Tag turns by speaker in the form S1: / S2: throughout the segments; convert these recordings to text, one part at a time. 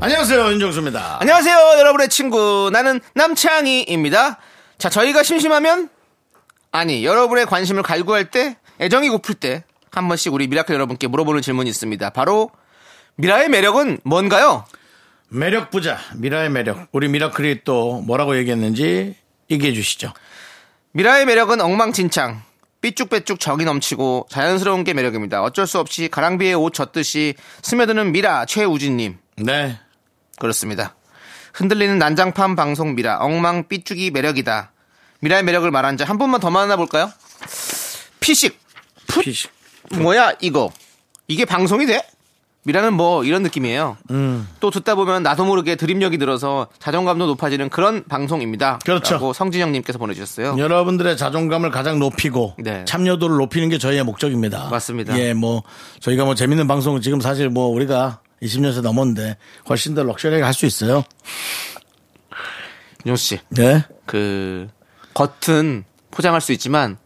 S1: 안녕하세요 윤정수입니다.
S2: 안녕하세요, 여러분의 친구. 나는 남창희입니다. 자, 저희가 심심하면, 아니, 여러분의 관심을 갈구할 때, 애정이 고플 때, 한 번씩 우리 미라클 여러분께 물어보는 질문이 있습니다. 바로, 미라의 매력은 뭔가요?
S1: 매력 부자 미라의 매력 우리 미라클이 또 뭐라고 얘기했는지 얘기해 주시죠.
S2: 미라의 매력은 엉망진창. 삐쭉빼쭉 정이 넘치고 자연스러운 게 매력입니다. 어쩔 수 없이 가랑비에 옷 젖듯이 스며드는 미라 최우진님.
S1: 네.
S2: 그렇습니다. 흔들리는 난장판 방송 미라 엉망 삐죽이 매력이다. 미라의 매력을 말한 자 한 분만 더 만나볼까요? 피식
S1: 피식.
S2: 뭐야 이거 이게 방송이 돼? 미라는 뭐 이런 느낌이에요.
S1: 음.
S2: 또 듣다 보면 나도 모르게 드립력이 늘어서 자존감도 높아지는 그런 방송입니다.
S1: 그렇죠. 예.
S2: 라고 성진영님께서 보내주셨어요.
S1: 여러분들의 자존감을 가장 높이고
S2: 네.
S1: 참여도를 높이는 게 저희의 목적입니다.
S2: 맞습니다.
S1: 예, 뭐 저희가 뭐 재밌는 방송 지금 사실 뭐 우리가 20년째 넘었는데 훨씬 더 럭셔리하게 할 수 있어요.
S2: 윤 씨,
S1: 네.
S2: 그 겉은 포장할 수 있지만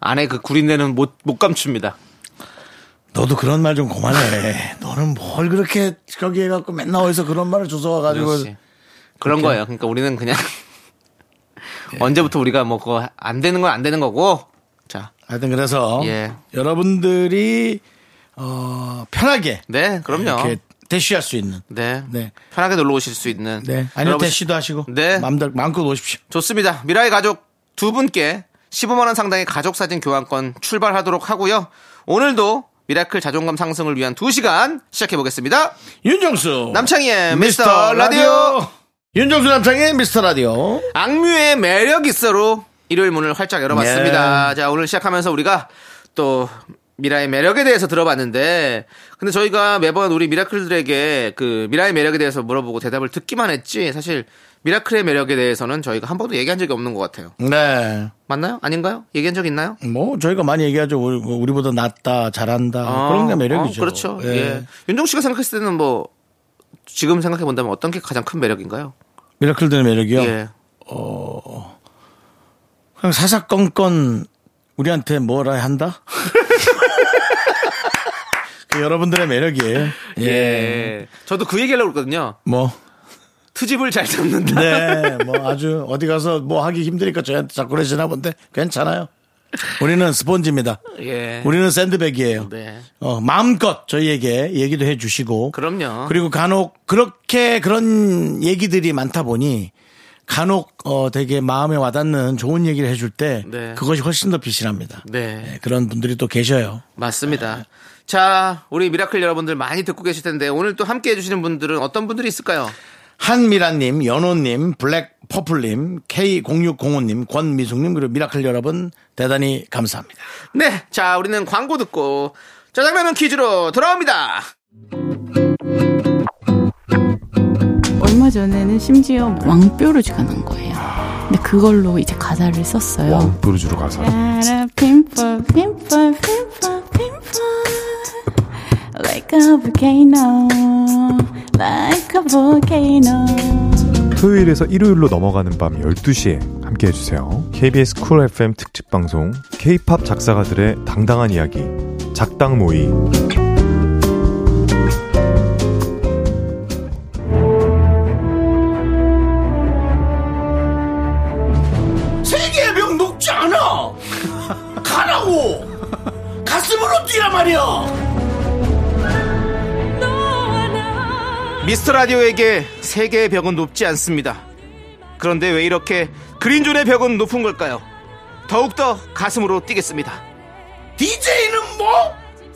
S2: 안에 그 구린내는 못 못 감춥니다.
S1: 너도 그런 말 좀 그만해. 너는 뭘 그렇게 저기 해갖고 맨날 어디서 그런 말을 주워와가지고
S2: 그렇지. 그런 거예요. 그러니까 우리는 그냥
S1: 예.
S2: 언제부터 우리가 뭐 그거 안 되는 건 안 되는 거고 자,
S1: 하여튼 그래서
S2: 예.
S1: 여러분들이 어, 편하게
S2: 네, 그럼요.
S1: 이렇게 대쉬할 수 있는
S2: 네.
S1: 네.
S2: 편하게 놀러 오실 수 있는
S1: 네. 아니요,
S2: 여러분,
S1: 대시도 하시고.
S2: 네.
S1: 마음대로, 마음껏 오십시오.
S2: 좋습니다. 미라의 가족 두 분께 15만 원 상당의 가족 사진 교환권 출발하도록 하고요. 오늘도 미라클 자존감 상승을 위한 2시간 시작해 보겠습니다.
S1: 윤정수.
S2: 남창희의 미스터 라디오.
S1: 윤정수 남창의 미스터 라디오.
S2: 악뮤의 매력 있어로 일요일 문을 활짝
S1: 네.
S2: 열어봤습니다. 자, 오늘 시작하면서 우리가 또 미라의 매력에 대해서 들어봤는데, 근데 저희가 매번 우리 미라클들에게 그 미라의 매력에 대해서 물어보고 대답을 듣기만 했지, 사실 미라클의 매력에 대해서는 저희가 한 번도 얘기한 적이 없는 것 같아요.
S1: 네.
S2: 맞나요? 아닌가요? 얘기한 적 있나요?
S1: 뭐, 저희가 많이 얘기하죠. 우리, 우리보다 낫다, 잘한다. 아, 그런 게 매력이죠.
S2: 어, 그렇죠.
S1: 예.
S2: 예. 윤종 씨가 생각했을 때는 뭐, 지금 생각해 본다면 어떤 게 가장 큰 매력인가요?
S1: 미라클들의 매력이요.
S2: 예.
S1: 그냥 사사건건 우리한테 뭐라 한다? 그 여러분들의 매력이에요. 예.
S2: 예. 저도 그 얘기하려고 그랬거든요.
S1: 뭐.
S2: 트집을 잘 잡는다.
S1: 네, 뭐 아주 어디 가서 뭐 하기 힘드니까 저희한테 자꾸 그러시나 본데 괜찮아요. 우리는 스폰지입니다.
S2: 예.
S1: 우리는 샌드백이에요.
S2: 네.
S1: 어, 마음껏 저희에게 얘기도 해 주시고.
S2: 그럼요.
S1: 그리고 간혹 그렇게 그런 얘기들이 많다 보니 간혹 어, 되게 마음에 와닿는 좋은 얘기를 해줄 때
S2: 네.
S1: 그것이 훨씬 더 빛이 납니다.
S2: 네.
S1: 네, 그런 분들이 또 계셔요.
S2: 맞습니다. 자, 우리 미라클 여러분들 많이 듣고 계실 텐데 오늘 또 함께 해주시는 분들은 어떤 분들이 있을까요?
S1: 한미란님, 연호님, 블랙퍼플님, K0605님, 권미숙님, 그리고 미라클 여러분 대단히 감사합니다.
S2: 네, 자, 우리는 광고 듣고 짜장라면 퀴즈로 돌아옵니다.
S3: 얼마 전에는 심지어 왕뼈를 주가 난 거예요. 근데 그걸로 이제 가사를 썼어요. 왕뼈를 주로 가사. 핑퐁 핑퐁 핑퐁 핑퐁 Like a volcano Like a volcano
S4: 토요일에서 일요일로 넘어가는 밤 12시에 함께 해주세요. KBS 쿨 FM 특집 방송 K-팝 작사가들의 당당한 이야기 작당 모의
S1: 세계의 병 녹지 않아! 가라고! 가슴으로 뛰란 말이야!
S2: 미스터 라디오에게 세계의 벽은 높지 않습니다. 그런데 왜 이렇게 그린존의 벽은 높은 걸까요? 더욱더 가슴으로 뛰겠습니다.
S1: DJ는 뭐?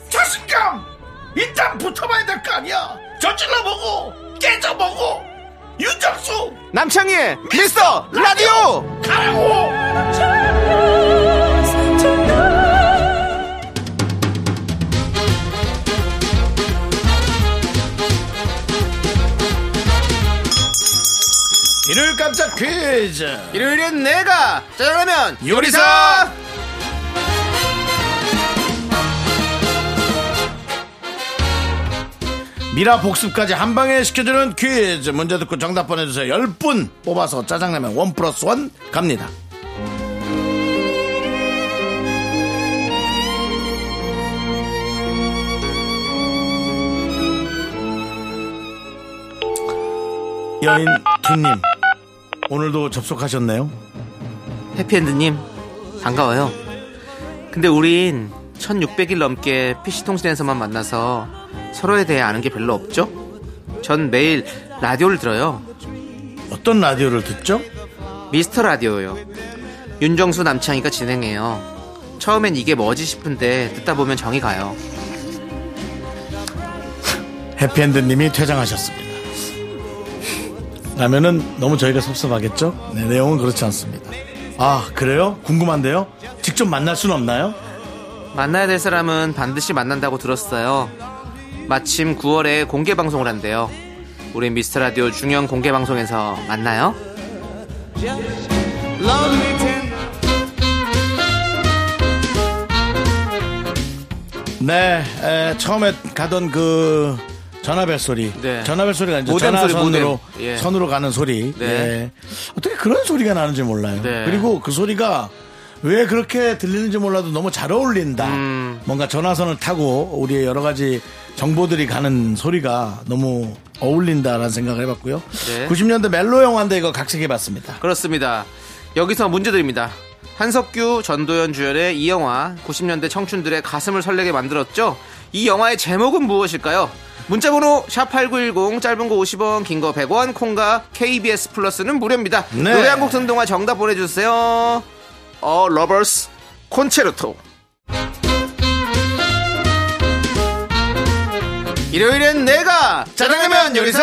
S1: 자신감! 일단 붙어봐야 될 거 아니야! 저질러보고! 깨져보고! 윤정수!
S2: 남창희의 미스터 라디오!
S1: 가라고! 프라이즈
S2: 일요일엔 내가 짜장라면
S1: 요리사 미라 복습까지 한 방에 시켜주는 퀴즈 문제 듣고 정답 보내주세요 10분 뽑아서 짜장라면 원 플러스 원 갑니다 여인 김님 오늘도 접속하셨나요?
S2: 해피엔드님 반가워요 근데 우린 1600일 넘게 PC통신에서만 만나서 서로에 대해 아는 게 별로 없죠? 전 매일 라디오를 들어요
S1: 어떤 라디오를 듣죠?
S2: 미스터 라디오요 윤정수 남창희가 진행해요 처음엔 이게 뭐지 싶은데 듣다 보면 정이 가요
S1: 해피엔드님이 퇴장하셨습니다. 라면은 너무 저희가 섭섭하겠죠? 네, 내용은 그렇지 않습니다. 아 그래요? 궁금한데요? 직접 만날 수는 없나요?
S2: 만나야 될 사람은 반드시 만난다고 들었어요. 마침 9월에 공개 방송을 한대요. 우리 미스터 라디오 중형 공개 방송에서 만나요.
S1: 네, 에, 처음에 가던 그 전화벨 소리,
S2: 네.
S1: 전화벨 소리가 이제
S2: 모뎀 소리,
S1: 전화선으로
S2: 모뎀. 예.
S1: 선으로 가는 소리.
S2: 네.
S1: 예. 어떻게 그런 소리가 나는지 몰라요.
S2: 네.
S1: 그리고 그 소리가 왜 그렇게 들리는지 몰라도 너무 잘 어울린다.
S2: 음.
S1: 뭔가 전화선을 타고 우리의 여러 가지 정보들이 가는 소리가 너무 어울린다라는 생각을 해봤고요.
S2: 네.
S1: 90년대 멜로 영화인데 이거 각색해봤습니다.
S2: 그렇습니다. 여기서 문제 드립니다. 한석규, 전도연 주연의 이 영화 90년대 청춘들의 가슴을 설레게 만들었죠. 이 영화의 제목은 무엇일까요? 문자번호 샵8910 짧은 거 50원 긴 거 100원 콩과 KBS 플러스는 무료입니다.
S1: 네.
S2: 노래 한 곡 듣는 동안 정답 보내주세요. 어 러버스 콘체르토 일요일엔 내가 짜장라면 요리사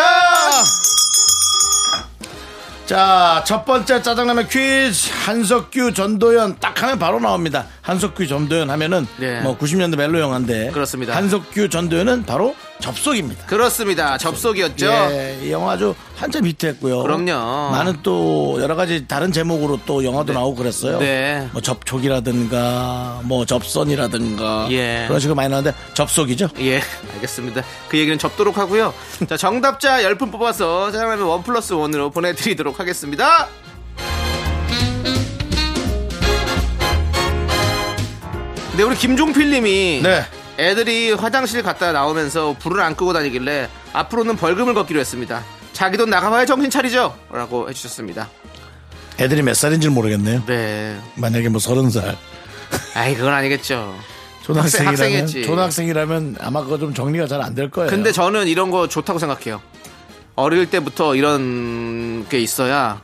S1: 자, 첫 번째 짜장라면 퀴즈. 한석규, 전도연 딱 하면 바로 나옵니다. 한석규, 전도연 하면은
S2: 네.
S1: 뭐 90년대 멜로 영화인데
S2: 그렇습니다.
S1: 한석규, 전도연은 바로 접속입니다.
S2: 그렇습니다. 접속이었죠.
S1: 예, 이 영화 아주 한참 히트했고요.
S2: 그럼요.
S1: 많은 또 여러 가지 다른 제목으로 또 영화도 나오고 그랬어요.
S2: 네.
S1: 뭐 접촉이라든가 뭐 접선이라든가
S2: 예.
S1: 그런 식으로 많이 나오는데 접속이죠.
S2: 예, 알겠습니다. 그 얘기는 접도록 하고요. 자, 정답자 10분 뽑아서 짜장라면 원 플러스 원으로 보내드리도록 하겠습니다. 근데 네, 우리 김종필님이
S1: 네.
S2: 애들이 화장실 갔다 나오면서 불을 안 끄고 다니길래 앞으로는 벌금을 걷기로 했습니다. 자기 돈 나가봐야 정신 차리죠? 라고 해주셨습니다.
S1: 애들이 몇 살인지 는 모르겠네요.
S2: 네.
S1: 만약에 뭐 서른 살
S2: 아이, 그건 아니겠죠.
S1: 초등학생이라면
S2: 학생, 학생이었지.
S1: 초등학생이라면 아마 그거 좀 정리가 잘 안 될 거예요.
S2: 근데 저는 이런 거 좋다고 생각해요. 어릴 때부터 이런 게 있어야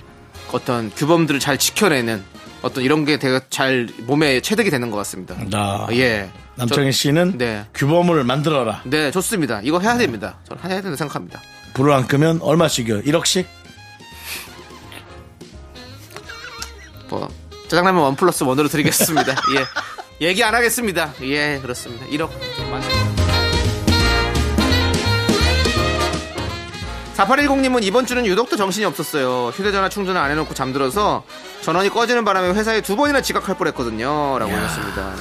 S2: 어떤 규범들을 잘 지켜내는 어떤 이런 게 되게 잘 몸에 체득이 되는 것 같습니다.
S1: 나-
S2: 예.
S1: 아, 남창희
S2: 저-
S1: 씨는
S2: 네.
S1: 규범을 만들어라.
S2: 네, 좋습니다. 이거 해야 됩니다. 저는 해야 된다고 생각합니다.
S1: 불을 안 끄면 얼마씩이요? 1억씩?
S2: 뭐, 짜장라면 원 플러스 원으로 드리겠습니다. 예. 얘기 안 하겠습니다. 예, 그렇습니다. 1억 좀 많이. 4810님은 이번 주는 유독 또 정신이 없었어요. 휴대전화 충전을 안 해놓고 잠들어서 전원이 꺼지는 바람에 회사에 두 번이나 지각할 뻔했거든요. 라고 하셨습니다.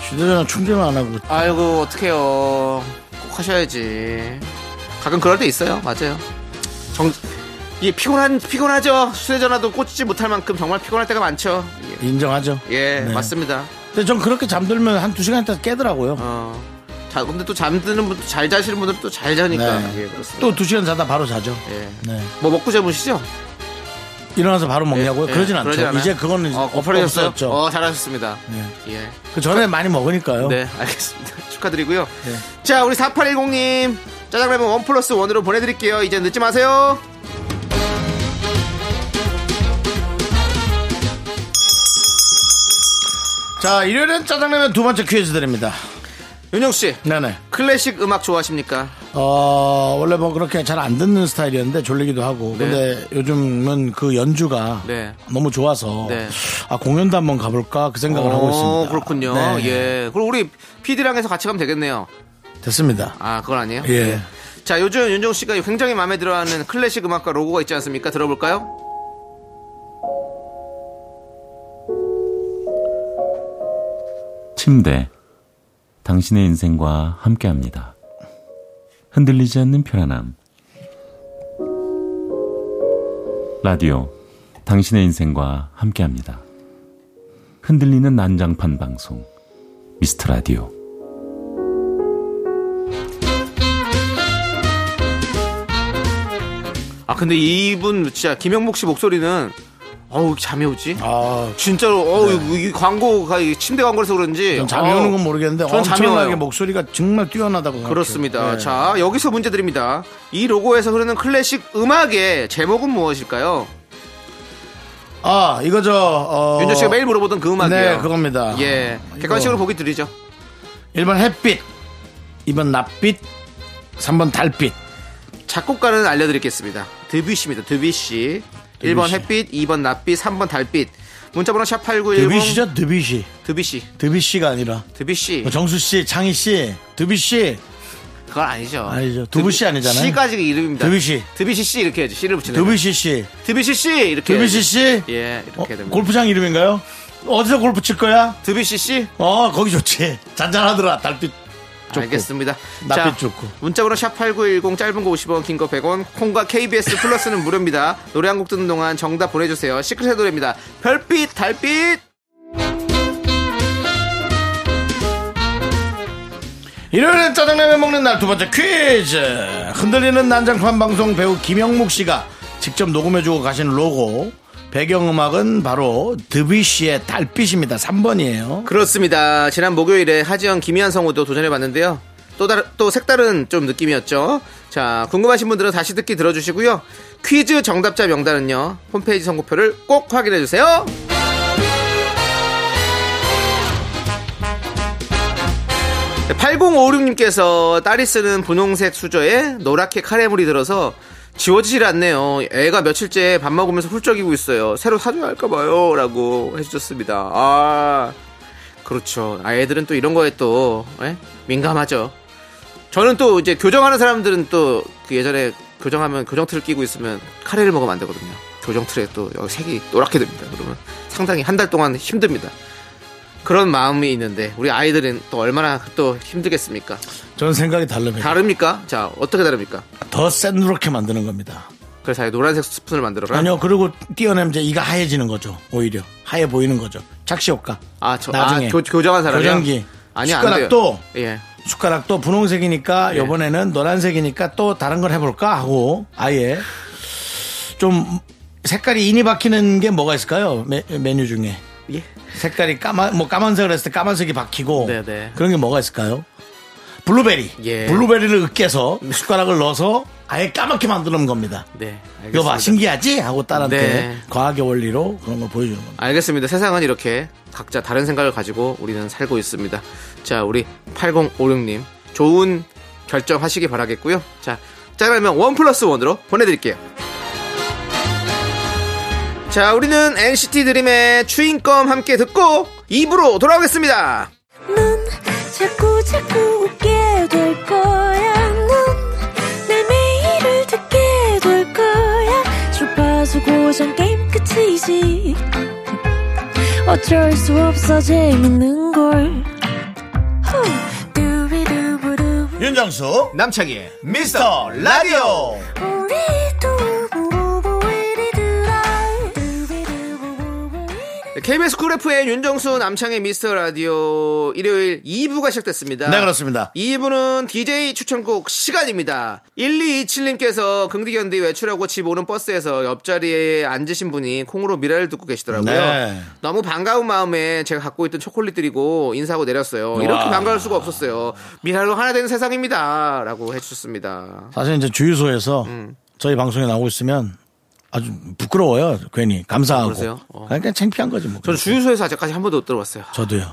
S1: 휴대전화 충전을 안 하고
S2: 아이고, 어떡해요. 꼭 하셔야지. 가끔 그럴 때 있어요. 맞아요. 정, 이게 피곤한, 피곤하죠. 휴대전화도 꽂지 못할 만큼 정말 피곤할 때가 많죠. 예.
S1: 인정하죠.
S2: 예,
S1: 네.
S2: 맞습니다.
S1: 근데 전 그렇게 잠들면 한 두 시간 있다 깨더라고요.
S2: 어. 자, 근데 또 잠드는 분, 잘 자시는 분들은 또 잘 자니까.
S1: 네.
S2: 예, 그렇습니다.
S1: 또 두 시간 자다 바로 자죠.
S2: 예.
S1: 네.
S2: 뭐 먹고 재무시죠?
S1: 일어나서 바로 먹냐고요? 뭐
S2: 예, 예,
S1: 그러진 않죠.
S2: 않아요?
S1: 이제 그거는
S2: 어,
S1: 없어졌죠.
S2: 없어졌어요? 어, 잘하셨습니다. 예.
S1: 그 전에 많이 먹으니까요.
S2: 네, 알겠습니다. 축하드리고요.
S1: 네.
S2: 자, 우리 4810님. 짜장라면 원 플러스 원으로 보내드릴게요. 이제 늦지 마세요.
S1: 자, 일요일엔 짜장라면 두 번째 퀴즈 드립니다.
S2: 윤영씨,
S1: 네네.
S2: 클래식 음악 좋아하십니까?
S1: 어, 원래 뭐 그렇게 잘 안 듣는 스타일이었는데 졸리기도 하고. 근데 요즘은 그 연주가
S2: 네.
S1: 너무 좋아서
S2: 네.
S1: 아, 공연도 한번 가볼까 그 생각을 하고 있습니다.
S2: 어, 그렇군요.
S1: 네.
S2: 예. 그럼 우리 피디랑 해서 같이 가면 되겠네요.
S1: 됐습니다.
S2: 아, 그건 아니에요?
S1: 예.
S2: 자, 요즘 윤종 씨가 굉장히 마음에 들어하는 클래식 음악과 로고가 있지 않습니까? 들어볼까요?
S5: 침대. 당신의 인생과 함께 합니다. 흔들리지 않는 편안함. 라디오. 당신의 인생과 함께 합니다. 흔들리는 난장판 방송. 미스터 라디오.
S2: 아 근데 이분 진짜 김영복 씨 목소리는 어우 잠이 오지?
S1: 아,
S2: 진짜로 어우 이 광고가 이 침대 광고라서 그런지
S1: 전 네. 잠이
S2: 어우,
S1: 오는 건뭐 모르겠는데
S2: 전 잠이
S1: 엄청나게
S2: 와요.
S1: 목소리가 정말 뛰어나다고 생각해요.
S2: 그렇습니다.
S1: 네.
S2: 자 여기서 문제 드립니다. 이 로고에서 흐르는 클래식 음악의 제목은 무엇일까요?
S1: 아, 이거 저 어,
S2: 윤정 씨가 매일 물어보던 그 음악이에요.
S1: 네, 그겁니다. 아,
S2: 예,
S1: 이거
S2: 객관식으로 보기 드리죠.
S1: 1번 햇빛, 2번 낮빛, 3번 달빛.
S2: 작곡가는 알려드리겠습니다. 드뷔시입니다. 드뷔시. 1번 햇빛, 2번 낮빛, 3번 달빛. 문자번호 샵 8910.
S1: 드비시죠? 드비시.
S2: 드뷔시.
S1: 드비시가 아니라
S2: 드뷔시.
S1: 뭐 정수 씨, 창희 씨, 드비 씨.
S2: 그건 아니죠.
S1: 아니죠. 두부씨 아니잖아요.
S2: 씨까지 이름입니다.
S1: 드뷔시.
S2: 드뷔시 씨 이렇게 해야지. 씨를 붙이는.
S1: 드비시 씨,
S2: 드뷔시 씨 이렇게.
S1: 드비시 씨.
S2: 해야지. 예, 이렇게
S1: 어,
S2: 됩니다.
S1: 골프장 이름인가요? 어디서 골프 칠 거야?
S2: 드뷔시 씨.
S1: 어, 거기 좋지. 잔잔하더라. 달빛. 좋고.
S2: 알겠습니다.
S1: 낯빛
S2: 자,
S1: 좋고.
S2: 문자번호 샵8910 짧은 거 50원, 긴 거 100원, 콩과 KBS 플러스는 무료입니다. 노래 한 곡 듣는 동안 정답 보내주세요. 시크릿의 노래입니다. 별빛, 달빛.
S1: 일요일에 짜장라면 먹는 날 두 번째 퀴즈. 흔들리는 난장판 방송 배우 김영목 씨가 직접 녹음해주고 가신 로고. 배경음악은 바로 드비시의 달빛입니다. 3번이에요.
S2: 그렇습니다. 지난 목요일에 하지영, 김희한 성우도 도전해봤는데요. 또 다른 또 색다른 좀 느낌이었죠. 자, 궁금하신 분들은 다시 듣기 들어주시고요. 퀴즈 정답자 명단은요. 홈페이지 선고표를 꼭 확인해 주세요. 네, 8056님께서 딸이 쓰는 분홍색 수저에 노랗게 카레물이 들어서 지워지질 않네요. 애가 며칠째 밥 먹으면서 훌쩍이고 있어요. 새로 사줘야 할까봐요. 라고 해주셨습니다. 아, 그렇죠. 아이들은 또 이런 거에 또 예? 민감하죠. 저는 또 이제 교정하는 사람들은 또그 예전에 교정하면 교정틀을 끼고 있으면 카레를 먹으면 안 되거든요. 교정틀에 또 여기 색이 노랗게 됩니다. 그러면 상당히 한 달 동안 힘듭니다. 그런 마음이 있는데 우리 아이들은 또 얼마나 또 힘들겠습니까?
S1: 저는 생각이 다릅니다.
S2: 다릅니까? 자 어떻게 다릅니까?
S1: 더센 누렇게 만드는 겁니다.
S2: 그래서 아예 노란색 스푼을 만들어라.
S1: 아니요, 그리고 띄어내면 이제 이가 하얘지는 거죠. 오히려 하얘 보이는 거죠. 착시효과.
S2: 아, 저,
S1: 나중에
S2: 아, 교, 교정한 사람이요?
S1: 교정기.
S2: 아니, 안 돼요.
S1: 숟가락도
S2: 예.
S1: 숟가락도 분홍색이니까
S2: 예.
S1: 이번에는 노란색이니까 또 다른 걸 해볼까 하고 아예 좀 색깔이 인이 박히는 게 뭐가 있을까요? 메, 메뉴 중에
S2: 예.
S1: 색깔이 까만 뭐 까만색을 했을 때 까만색이 박히고
S2: 네네.
S1: 그런 게 뭐가 있을까요? 블루베리.
S2: 예.
S1: 블루베리를 으깨서 숟가락을 넣어서 아예 까맣게 만드는 겁니다.
S2: 네. 알겠습니다.
S1: 이거 봐 신기하지 하고 딸한테
S2: 네.
S1: 과학의 원리로 그런 걸 보여주는 겁니다.
S2: 알겠습니다. 세상은 이렇게 각자 다른 생각을 가지고 우리는 살고 있습니다. 자, 우리 8056님 좋은 결정하시기 바라겠고요. 자, 짜라면 원 플러스 원으로 보내드릴게요. 자, 우리는 NCT 드림의 추인검 함께 듣고 입으로 돌아오겠습니다.
S6: 넌 자꾸 자꾸 웃게 될 거야. 넌내 매일을 듣게 될 거야. 주파수 고정 게임 끝이지. 어쩔 수 없어 재밌는 걸. 후. 두비두부두.
S1: 윤정수
S2: 남창희의
S1: 미스터
S2: 네.
S1: 라디오
S6: 우리 두부부부 우리들아. 두비두부부부 우리들아.
S2: 네, KBS 쿨 FM의 윤정수 남창의 미스터 라디오 일요일 2부가 시작됐습니다.
S1: 네 그렇습니다.
S2: 2부는 DJ 추천곡 시간입니다. 1227님께서 긍디견디 외출하고 집 오는 버스에서 옆자리에 앉으신 분이 콩으로 미라를 듣고 계시더라고요.
S1: 네.
S2: 너무 반가운 마음에 제가 갖고 있던 초콜릿 드리고 인사하고 내렸어요. 이렇게 반가울 수가 없었어요. 미라로 하나 되는 세상입니다. 라고 해주셨습니다.
S1: 사실 이제 주유소에서
S2: 음.
S1: 저희 방송에 나오고 있으면 아주 부끄러워요. 괜히 감사하고.
S2: 그러세요? 어.
S1: 그러니까 창피한 거지 뭐.
S2: 저는 주유소에서 아. 아직까지 한 번도 못 들어봤어요.
S1: 저도요.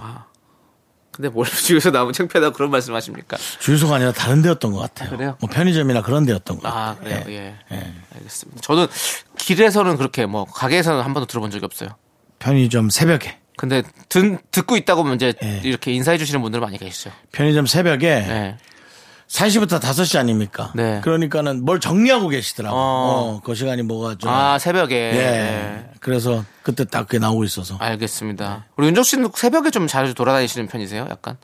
S2: 근데 뭘 주유소 나오면 창피하다고 그런 말씀 하십니까?
S1: 주유소가 아니라 다른 데였던 것 같아요.
S2: 그래요?
S1: 뭐 편의점이나 그런 데였던 것 같아요.
S2: 아 그래요
S1: 예.
S2: 예. 알겠습니다 저는 길에서는 그렇게 뭐 가게에서는 한 번도 들어본 적이 없어요
S1: 편의점 새벽에.
S2: 근데 듣, 듣고 있다고 하면 이제
S1: 예.
S2: 이렇게 인사해 주시는 분들 많이 계시죠
S1: 편의점 새벽에
S2: 예.
S1: 4시부터 5시 아닙니까?
S2: 네.
S1: 그러니까는 뭘 정리하고 계시더라고. 요
S2: 어.
S1: 어, 그 시간이 뭐가 좀.
S2: 아, 새벽에.
S1: 예.
S2: 네.
S1: 그래서 그때 딱 그게 나오고 있어서.
S2: 아. 알겠습니다. 우리 윤종 씨는 새벽에 좀 자주 돌아다니시는 편이세요? 약간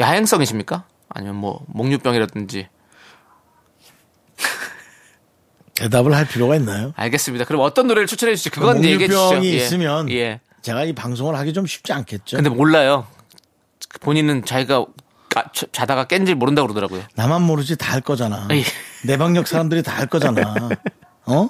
S2: 야행성이십니까? 아니면 뭐 목류병이라든지.
S1: 대답을 할 필요가 있나요?
S2: 알겠습니다. 그럼 어떤 노래를 추천해 주실지 그건
S1: 목류병이
S2: 얘기해 주시죠. 예.
S1: 있으면
S2: 예.
S1: 제가 이 방송을 하기 좀 쉽지 않겠죠.
S2: 근데 몰라요. 본인은 자기가 까- 자- 자다가 깬 줄 모른다고 그러더라고요.
S1: 나만 모르지 다 할 거잖아.
S2: 예.
S1: 내 방역 사람들이 다 할 거잖아. 어?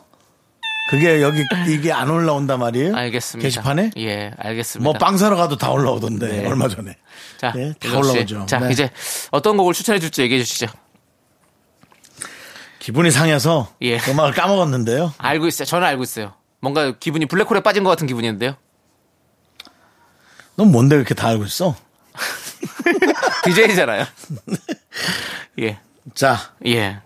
S1: 그게 여기 이게 안 올라온단 말이에요?
S2: 알겠습니다.
S1: 게시판에?
S2: 예, 알겠습니다.
S1: 뭐 빵 사러 가도 다 올라오던데
S2: 네.
S1: 얼마 전에.
S2: 자,
S1: 예, 다
S2: 윤종 씨.
S1: 올라오죠.
S2: 자,
S1: 네.
S2: 이제 어떤 곡을 추천해 줄지 얘기해 주시죠.
S1: 기분이 상해서
S2: 예.
S1: 음악을 까먹었는데요.
S2: 알고 있어요. 저는 알고 있어요. 뭔가 기분이 블랙홀에 빠진 것 같은 기분인데요.
S1: 넌 뭔데 그렇게 다 알고 있어?
S2: DJ잖아요. 예.
S1: 자,
S2: 예.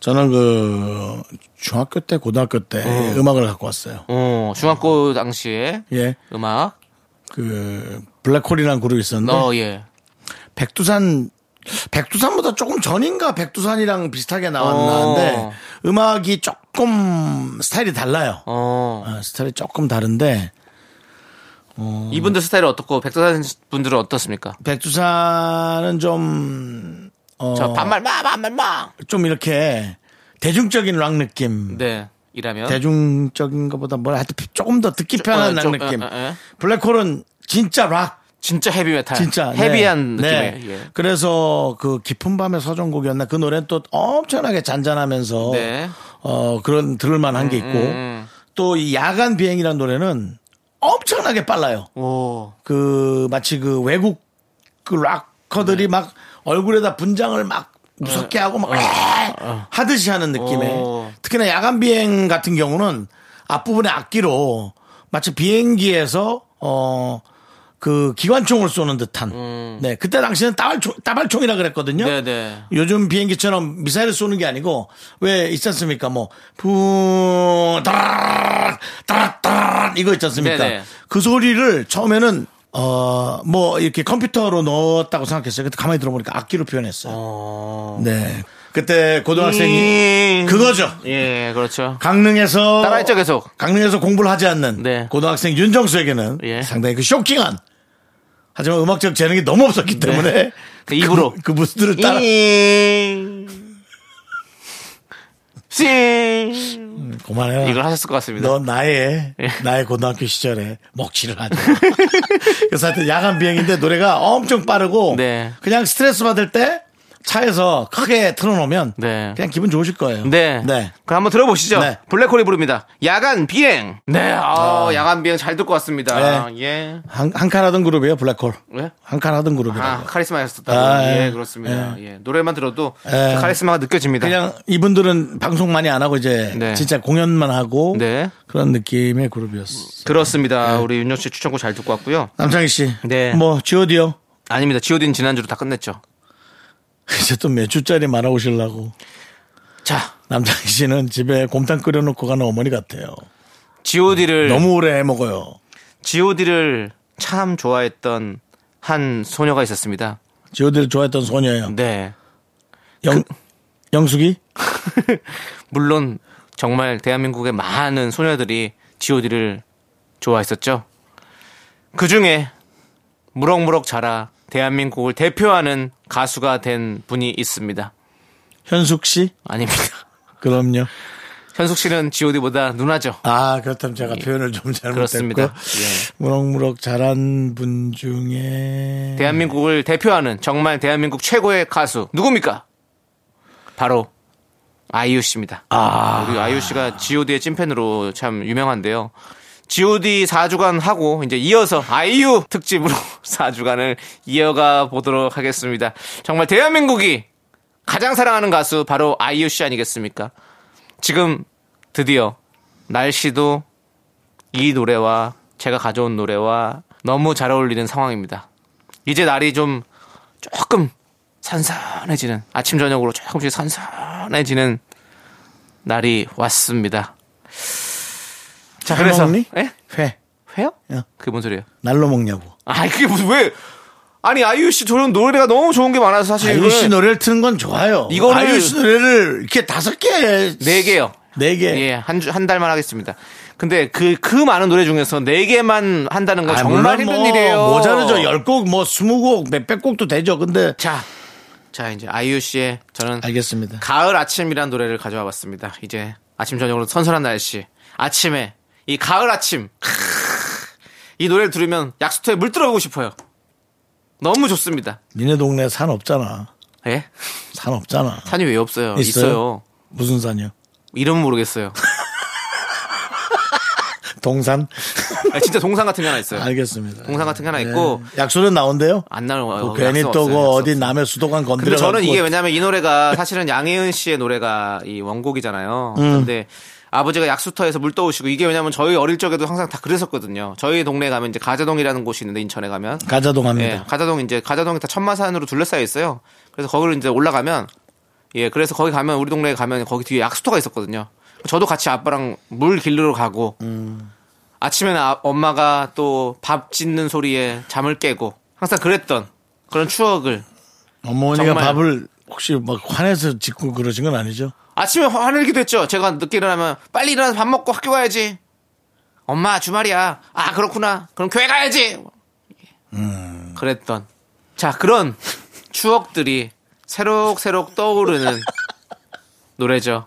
S1: 저는 그 중학교 때 고등학교 때 음악을 갖고 왔어요.
S2: 어, 중학교 당시에
S1: 예.
S2: 음악.
S1: 그 블랙홀이라는 그룹이 있었는데
S2: 어, 예.
S1: 백두산 백두산보다 조금 전인가 백두산이랑 비슷하게 나왔는데
S2: 어.
S1: 음악이 조금 스타일이 달라요.
S2: 어.
S1: 아, 스타일이 조금 다른데 어.
S2: 이분들 스타일은 어떻고 백두산 분들은 어떻습니까?
S1: 백두산은 좀 어,
S2: 저 반말 마 반말 마.
S1: 좀 이렇게 대중적인 락 느낌.
S2: 네. 이라면
S1: 대중적인 것보다 뭘 하여튼 조금 더 듣기 편한 락
S2: 좀,
S1: 느낌.
S2: 에, 에, 에.
S1: 블랙홀은 진짜 락,
S2: 진짜 헤비메탈.
S1: 진짜 네.
S2: 헤비한
S1: 네.
S2: 느낌의. 예.
S1: 그래서 그 깊은 밤의 서정곡이었나 그 노래는 또 엄청나게 잔잔하면서
S2: 네.
S1: 어 그런 들을만한 게 있고
S2: 음.
S1: 또 이 야간 비행이라는 노래는 엄청나게 빨라요.
S2: 오.
S1: 그 마치 그 외국 그
S2: 네.
S1: 락커들이 막 얼굴에다 분장을 막 무섭게 하고 막 하듯이 하는 느낌에
S2: 어.
S1: 특히나 야간 비행 같은 경우는 앞부분에 악기로 마치 비행기에서 어 그 기관총을 쏘는 듯한 네 그때 당시에는 따발총 따발총이라 그랬거든요.
S2: 음. 네, 네.
S1: 요즘 비행기처럼 미사일을 쏘는 게 아니고 왜 있지 않습니까? 뭐푸 따라 따라 따라 이거 있지 않습니까?
S2: 네네.
S1: 그 소리를 처음에는 어 뭐 이렇게 컴퓨터로 넣었다고 생각했어요. 그때 가만히 들어보니까 악기로 표현했어요. 네. 그때 고등학생이
S2: 이-
S1: 그거죠.
S2: 예, 그렇죠.
S1: 강릉에서
S2: 음. 따라했죠, 계속. 그
S1: 강릉에서 공부를 하지 않는
S2: 네.
S1: 고등학생 윤정수에게는
S2: 예.
S1: 상당히 그 쇼킹한 하지만 음악적 재능이 너무 없었기 때문에
S2: 그 입으로.
S1: 그, 그 무스들을 따라
S2: 이- 씨.
S1: 그만해라.
S2: 이걸 하셨을 것 같습니다.
S1: 넌 나의
S2: 예.
S1: 나의 고등학교 시절에 먹칠을 하죠. 그래서 하여튼 야간 비행인데 노래가 엄청 빠르고
S2: 네.
S1: 그냥 스트레스 받을 때 차에서 크게 틀어놓으면
S2: 네.
S1: 그냥 기분 좋으실 거예요.
S2: 네. 그럼 한번 들어보시죠.
S1: 네.
S2: 블랙홀이 부릅니다. 야간 비행. 네. 아, 야간 비행 잘 듣고 왔습니다.
S1: 네.
S2: 예.
S1: 한, 한칸 하던 그룹이에요, 블랙홀.
S2: 왜?
S1: 한 칸 하던 그룹이라고.
S2: 아, 카리스마 있었다고.
S1: 아,
S2: 예,
S1: 예.
S2: 그렇습니다. 예. 노래만 들어도
S1: 예.
S2: 카리스마가 느껴집니다.
S1: 그냥 이분들은 방송 많이 안 하고 이제
S2: 네.
S1: 진짜 공연만 하고
S2: 네.
S1: 그런 느낌의 그룹이었어. 예.
S2: 그렇습니다. 우리 윤혁 씨 추천곡 잘 듣고 왔고요.
S1: 남창희 씨.
S2: 네.
S1: 뭐, GOD요?
S2: 아닙니다. 지오딘 지난주로 다 끝냈죠.
S1: 이제 또 몇 주짜리 말아오시려고.
S2: 자,
S1: 남창희 씨는 집에 곰탕 끓여놓고 가는 어머니 같아요.
S2: 지오디를
S1: 너무 오래 해 먹어요.
S2: 지오디를 참 좋아했던 한 소녀가 있었습니다.
S1: 지오디를 좋아했던 소녀예요.
S2: 네.
S1: 영,
S2: 그
S1: 영숙이?
S2: 물론 정말 대한민국의 많은 소녀들이 G.O.D를 좋아했었죠. 그 중에 무럭무럭 자라 대한민국을 대표하는 가수가 된 분이 있습니다.
S1: 현숙 씨?
S2: 아닙니다.
S1: 그럼요.
S2: 현숙 씨는 G.O.D보다 누나죠.
S1: 아, 그렇다면 제가 표현을 좀 잘못했고.
S2: 예. 그렇습니다. 예.
S1: 무럭무럭 잘한 분 중에.
S2: 대한민국을 대표하는 정말 대한민국 최고의 가수 누굽니까? 바로 아이유 씨입니다. 우리 아이유 씨가 G.O.D의 찐팬으로 참 유명한데요. G.O.D 4주간 하고 이제 이어서 아이유 특집으로 4주간을 이어가 보도록 하겠습니다. 정말 대한민국이 가장 사랑하는 가수 바로 아이유 씨 아니겠습니까? 지금 드디어 날씨도 이 노래와 제가 가져온 노래와 너무 잘 어울리는 상황입니다. 이제 날이 좀 조금 선선해지는 아침 저녁으로 조금씩 선선해지는 날이 왔습니다. 자
S1: 회
S2: 그래서
S1: 먹니?
S2: 예?
S1: 회.
S2: 회요?
S1: 어.
S2: 그게 뭔 소리예요?
S1: 날로 먹냐고.
S2: 아 그게 무슨 왜? 아니 아이유 씨 저런 노래가 너무 좋은 게 많아서 사실
S1: 아이유 씨
S2: 예, 이거는
S1: 노래를 트는 건 좋아요.
S2: 이거를-
S1: 아이유 씨 노래를 이렇게 다섯 개,
S2: 네 개요.
S1: 네 개.
S2: 예, 한, 주- 한 달만 하겠습니다. 근데 그, 그 많은 노래 중에서 네개만 한다는 건
S1: 아,
S2: 정말
S1: 물론
S2: 힘든
S1: 뭐
S2: 일이에요.
S1: 모자르죠. 열 곡, 뭐 스무 곡, 몇백 곡도 되죠. 근데
S2: 자, 자, 이제 아이유 씨의 저는
S1: 알겠습니다.
S2: 가을 아침이란 노래를 가져와 봤습니다. 이제 아침 저녁으로 선선한 날씨. 아침에 이 가을 아침. 크으, 이 노래를 들으면 약수터에 물 들어가고 싶어요. 너무 좋습니다.
S1: 니네 동네 산 없잖아.
S2: 예?
S1: 산 없잖아.
S2: 산이 왜 없어요? 있어요.
S1: 있어요? 무슨 산이요?
S2: 이름은 모르겠어요.
S1: 동산?
S2: 아, 진짜 동상 같은 게 하나 있어요.
S1: 알겠습니다.
S2: 동상 같은 게 하나 있고
S1: 네. 약수는 나온대요?
S2: 안 나와요.
S1: 또뭐 괜히
S2: 약속 없어요,
S1: 또그
S2: 약속
S1: 어디
S2: 없어요.
S1: 남해 수도관 건드려
S2: 근데 저는 이게 왜냐면 이 노래가 사실은 양혜은 씨의 노래가 이 원곡이잖아요. 근데 아버지가 약수터에서 물 떠오시고 이게 왜냐면 저희 어릴 적에도 항상 다 그랬었거든요. 저희 동네 가면 이제 가자동이라는 곳이 있는데 인천에 가면
S1: 가자동 합니다.
S2: 예, 가자동 이제 가자동이 다 천마산으로 둘러싸여 있어요. 그래서 거기를 이제 올라가면 예, 그래서 거기 가면 우리 동네에 가면 거기 뒤에 약수터가 있었거든요. 저도 같이 아빠랑 물 길러 가고 음. 아침에는 아- 엄마가 또 밥 짓는 소리에 잠을 깨고 항상 그랬던 그런 추억을
S1: 어머니가
S2: 정말-
S1: 밥을 혹시 막 화내서 짓고 그러신 건 아니죠?
S2: 아침에 화- 화내기도 했죠. 제가 늦게 일어나면 빨리 일어나서 밥 먹고 학교 가야지. 엄마 주말이야. 아 그렇구나. 그럼 교회 가야지.
S1: 음.
S2: 그랬던. 자 그런 추억들이 새록새록 떠오르는 노래죠.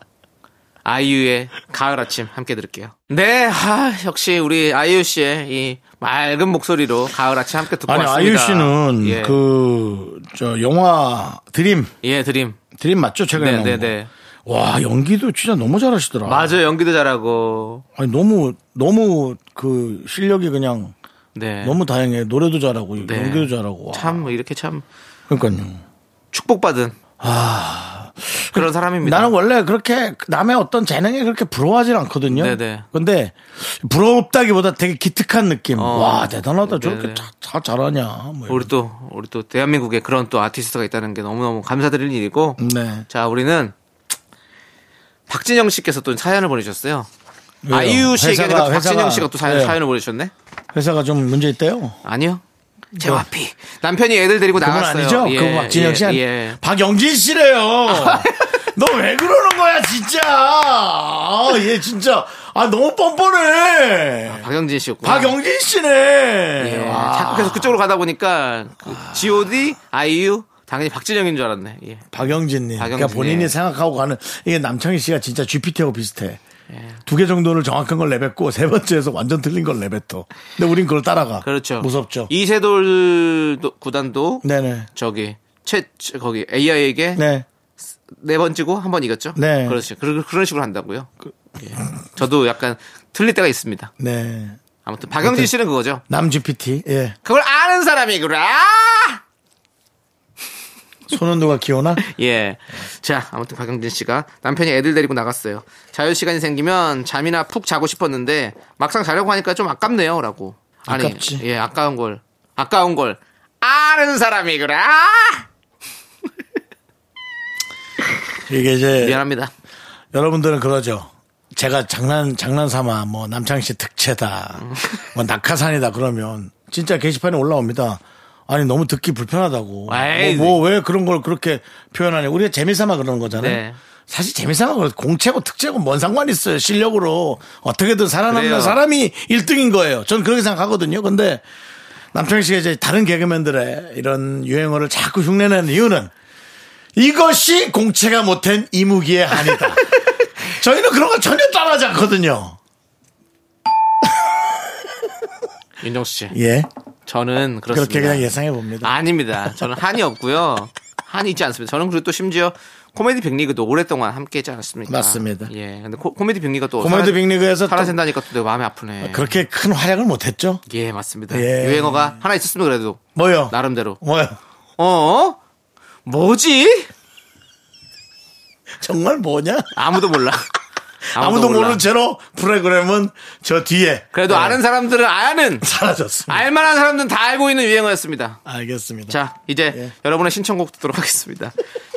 S2: 아이유의 가을 아침 함께 들을게요. 네, 아, 역시 우리 아이유 씨의 이 맑은 목소리로 가을 아침 함께 듣고
S1: 아니, 아이유
S2: 왔습니다.
S1: 씨는
S2: 예,
S1: 그, 저, 영화 드림,
S2: 예 드림.
S1: 드림 맞죠? 최근에.
S2: 네,
S1: 나온
S2: 네,
S1: 거.
S2: 네.
S1: 와, 연기도 진짜 너무 잘하시더라.
S2: 맞아요. 연기도 잘하고.
S1: 아니, 너무, 너무 그 실력이 그냥
S2: 네.
S1: 너무 다양해. 노래도 잘하고,
S2: 네.
S1: 연기도 잘하고. 와.
S2: 참 이렇게 참
S1: 그러니까요.
S2: 축복받은 그런 사람입니다.
S1: 아. 나는 원래 그렇게 남의 어떤 재능에 그렇게 부러워하진 않거든요.
S2: 네네.
S1: 근데 부럽다기보다 되게 기특한 느낌.
S2: 어.
S1: 와 대단하다. 저렇게
S2: 네네.
S1: 다, 다 잘하냐. 뭐
S2: 우리 또 우리 또 대한민국에 그런 또 아티스트가 있다는 게 너무너무 감사드릴 일이고
S1: 이런. 네.
S2: 자 우리는 박진영 씨께서 또 사연을 보내주셨어요.
S1: 왜요?
S2: 아이유 씨
S1: 회사가-
S2: 얘기하니까
S1: 회사가-
S2: 박진영 씨가 또 사연,
S1: 네.
S2: 사연을 보내주셨네.
S1: 회사가 좀 문제 있대요.
S2: 아니요. 제와피 남편이 애들 데리고
S1: 뭐? 그건
S2: 나갔어요.
S1: 아니죠.
S2: 예,
S1: 그건 박진영
S2: 예,
S1: 씨 아니.
S2: 예.
S1: 박영진 씨래요. 너 왜 그러는 거야 진짜. 아, 얘 진짜 아 너무 뻔뻔해.
S2: 박영진 씨였구나.
S1: 박영진 씨네.
S2: 아, 네. 예.
S1: 와. 아.
S2: 자꾸 계속 그쪽으로 가다 보니까 그 G.O.D. 아이유 당연히 박진영인 줄 알았네. 예.
S1: 박영진님. 그러니까
S2: 박영진님.
S1: 본인이 생각하고 가는 이게 남창희 씨가 진짜 GPT하고 비슷해.
S2: 예.
S1: 두 개 정도를 정확한 걸 내뱉고 세 번째에서 완전 틀린 걸 내뱉어. 근데 우린 그걸 따라가.
S2: 그렇죠.
S1: 무섭죠.
S2: 이세돌 도- 구단도
S1: 네네.
S2: 저기 최 최- 거기 AI에게 네,
S1: 네.
S2: 번지고 한 번 이겼죠.
S1: 네.
S2: 그렇지. 그, 그런 식으로 한다고요. 예. 저도 약간 틀릴 때가 있습니다.
S1: 네.
S2: 아무튼 박영진 씨는 그거죠.
S1: 남 GPT. 예.
S2: 그걸 아는 사람이 그래. 아!
S1: 손은 누가 키우나?
S2: 예. 자, 아무튼 박영진 씨가 남편이 애들 데리고 나갔어요. 자유 시간이 생기면 잠이나 푹 자고 싶었는데 막상 자려고 하니까 좀 아깝네요라고. 아니,
S1: 아깝지.
S2: 예, 아까운 걸. 아까운 걸 아는 사람이 그래. 아!
S1: 이게 이제
S2: 미안합니다.
S1: 여러분들은 그러죠. 제가 장난 장난 삼아 뭐 남창희 씨 특채다. 뭐 낙하산이다 그러면 진짜 게시판에 올라옵니다. 아니 너무 듣기 불편하다고.
S2: 에이.
S1: 뭐 왜 그런 걸 그렇게 표현하냐. 우리가 재미삼아 그러는 거잖아요.
S2: 네.
S1: 사실 재미삼아 그래. 공채고 특채고 뭔 상관 있어요. 실력으로 어떻게든 살아남는
S2: 그래요.
S1: 네, 사람이 1등인 거예요. 저는 그렇게 생각하거든요. 근데 남창희 씨가 이제 다른 개그맨들의 이런 유행어를 자꾸 흉내내는 이유는 이것이 공채가 못한 이무기의 한이다. 저희는 그런 거 전혀 따라하지 않거든요.
S2: 윤정수 씨.
S1: 예.
S2: 저는 그렇습니다.
S1: 그렇게 그냥 예상해 봅니다.
S2: 아닙니다. 저는 한이 없고요. 한이 있지 않습니다. 저는 그리고 또 심지어 코미디 빅리그도 오랫동안 함께 했지 않았습니까?
S1: 맞습니다.
S2: 예. 근데 코, 미디 빅리그가 또
S1: 코미디 빅리그에서 또-
S2: 사라진다니까 또 내가 마음이 아프네.
S1: 그렇게 큰 활약을 못 했죠?
S2: 예, 맞습니다.
S1: 예.
S2: 유행어가 하나 있었으면 그래도
S1: 뭐요?
S2: 나름대로.
S1: 뭐요?
S2: 어? 뭐지?
S1: 정말 뭐냐?
S2: 아무도 몰라.
S1: 아무도, 예.
S2: 몰라.
S1: 모르는 채로 프로그램은 저 뒤에
S2: 그래도 아는 사람들은 아는
S1: 사라졌습니다.
S2: 알만한 사람들은 다 알고 있는 유행어였습니다.
S1: 알겠습니다.
S2: 자, 이제
S1: 예.
S2: 여러분의 신청곡 듣도록 하겠습니다.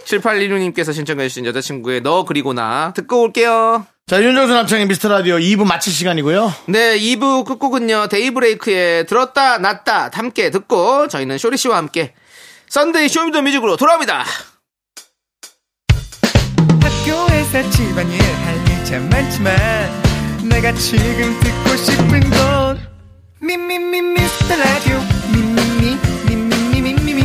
S2: 7816님께서 신청해주신 여자친구의 너 그리고 나 듣고 올게요.
S1: 자, 윤정수 남창의 미스터 라디오 2부 마칠 시간이고요.
S2: 네, 2부 끝곡은요, 데이브레이크의 들었다, 났다, 함께 듣고, 저희는 쇼리씨와 함께, 썬데이 쇼미더 뮤직으로 돌아옵니다.
S7: 학교에서 집안일 할 일 참 많지만 내가 지금 듣고 싶은 건 미미미 미스터 라디오 미미미 미미미 미미미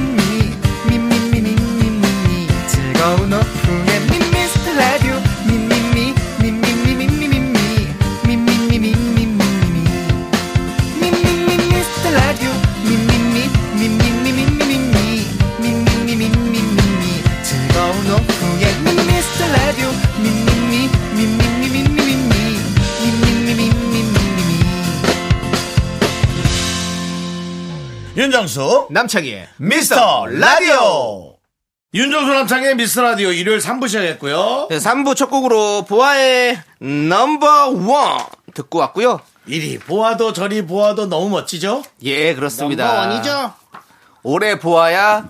S7: 미미미 미미미 즐거운 오후에 미스터 라디오 미미미 미미미 미미미 미미미 미미미 미미미
S1: 윤정수
S2: 남창희의
S1: 미스터 라디오. 윤정수 남창의 미스터 라디오 일요일 3부 시작했고요.
S2: 네, 3부 첫 곡으로 보아의 넘버 원 듣고 왔고요.
S1: 이리 보아도 저리 보아도 너무 멋지죠?
S2: 예, 그렇습니다. 오래 보아야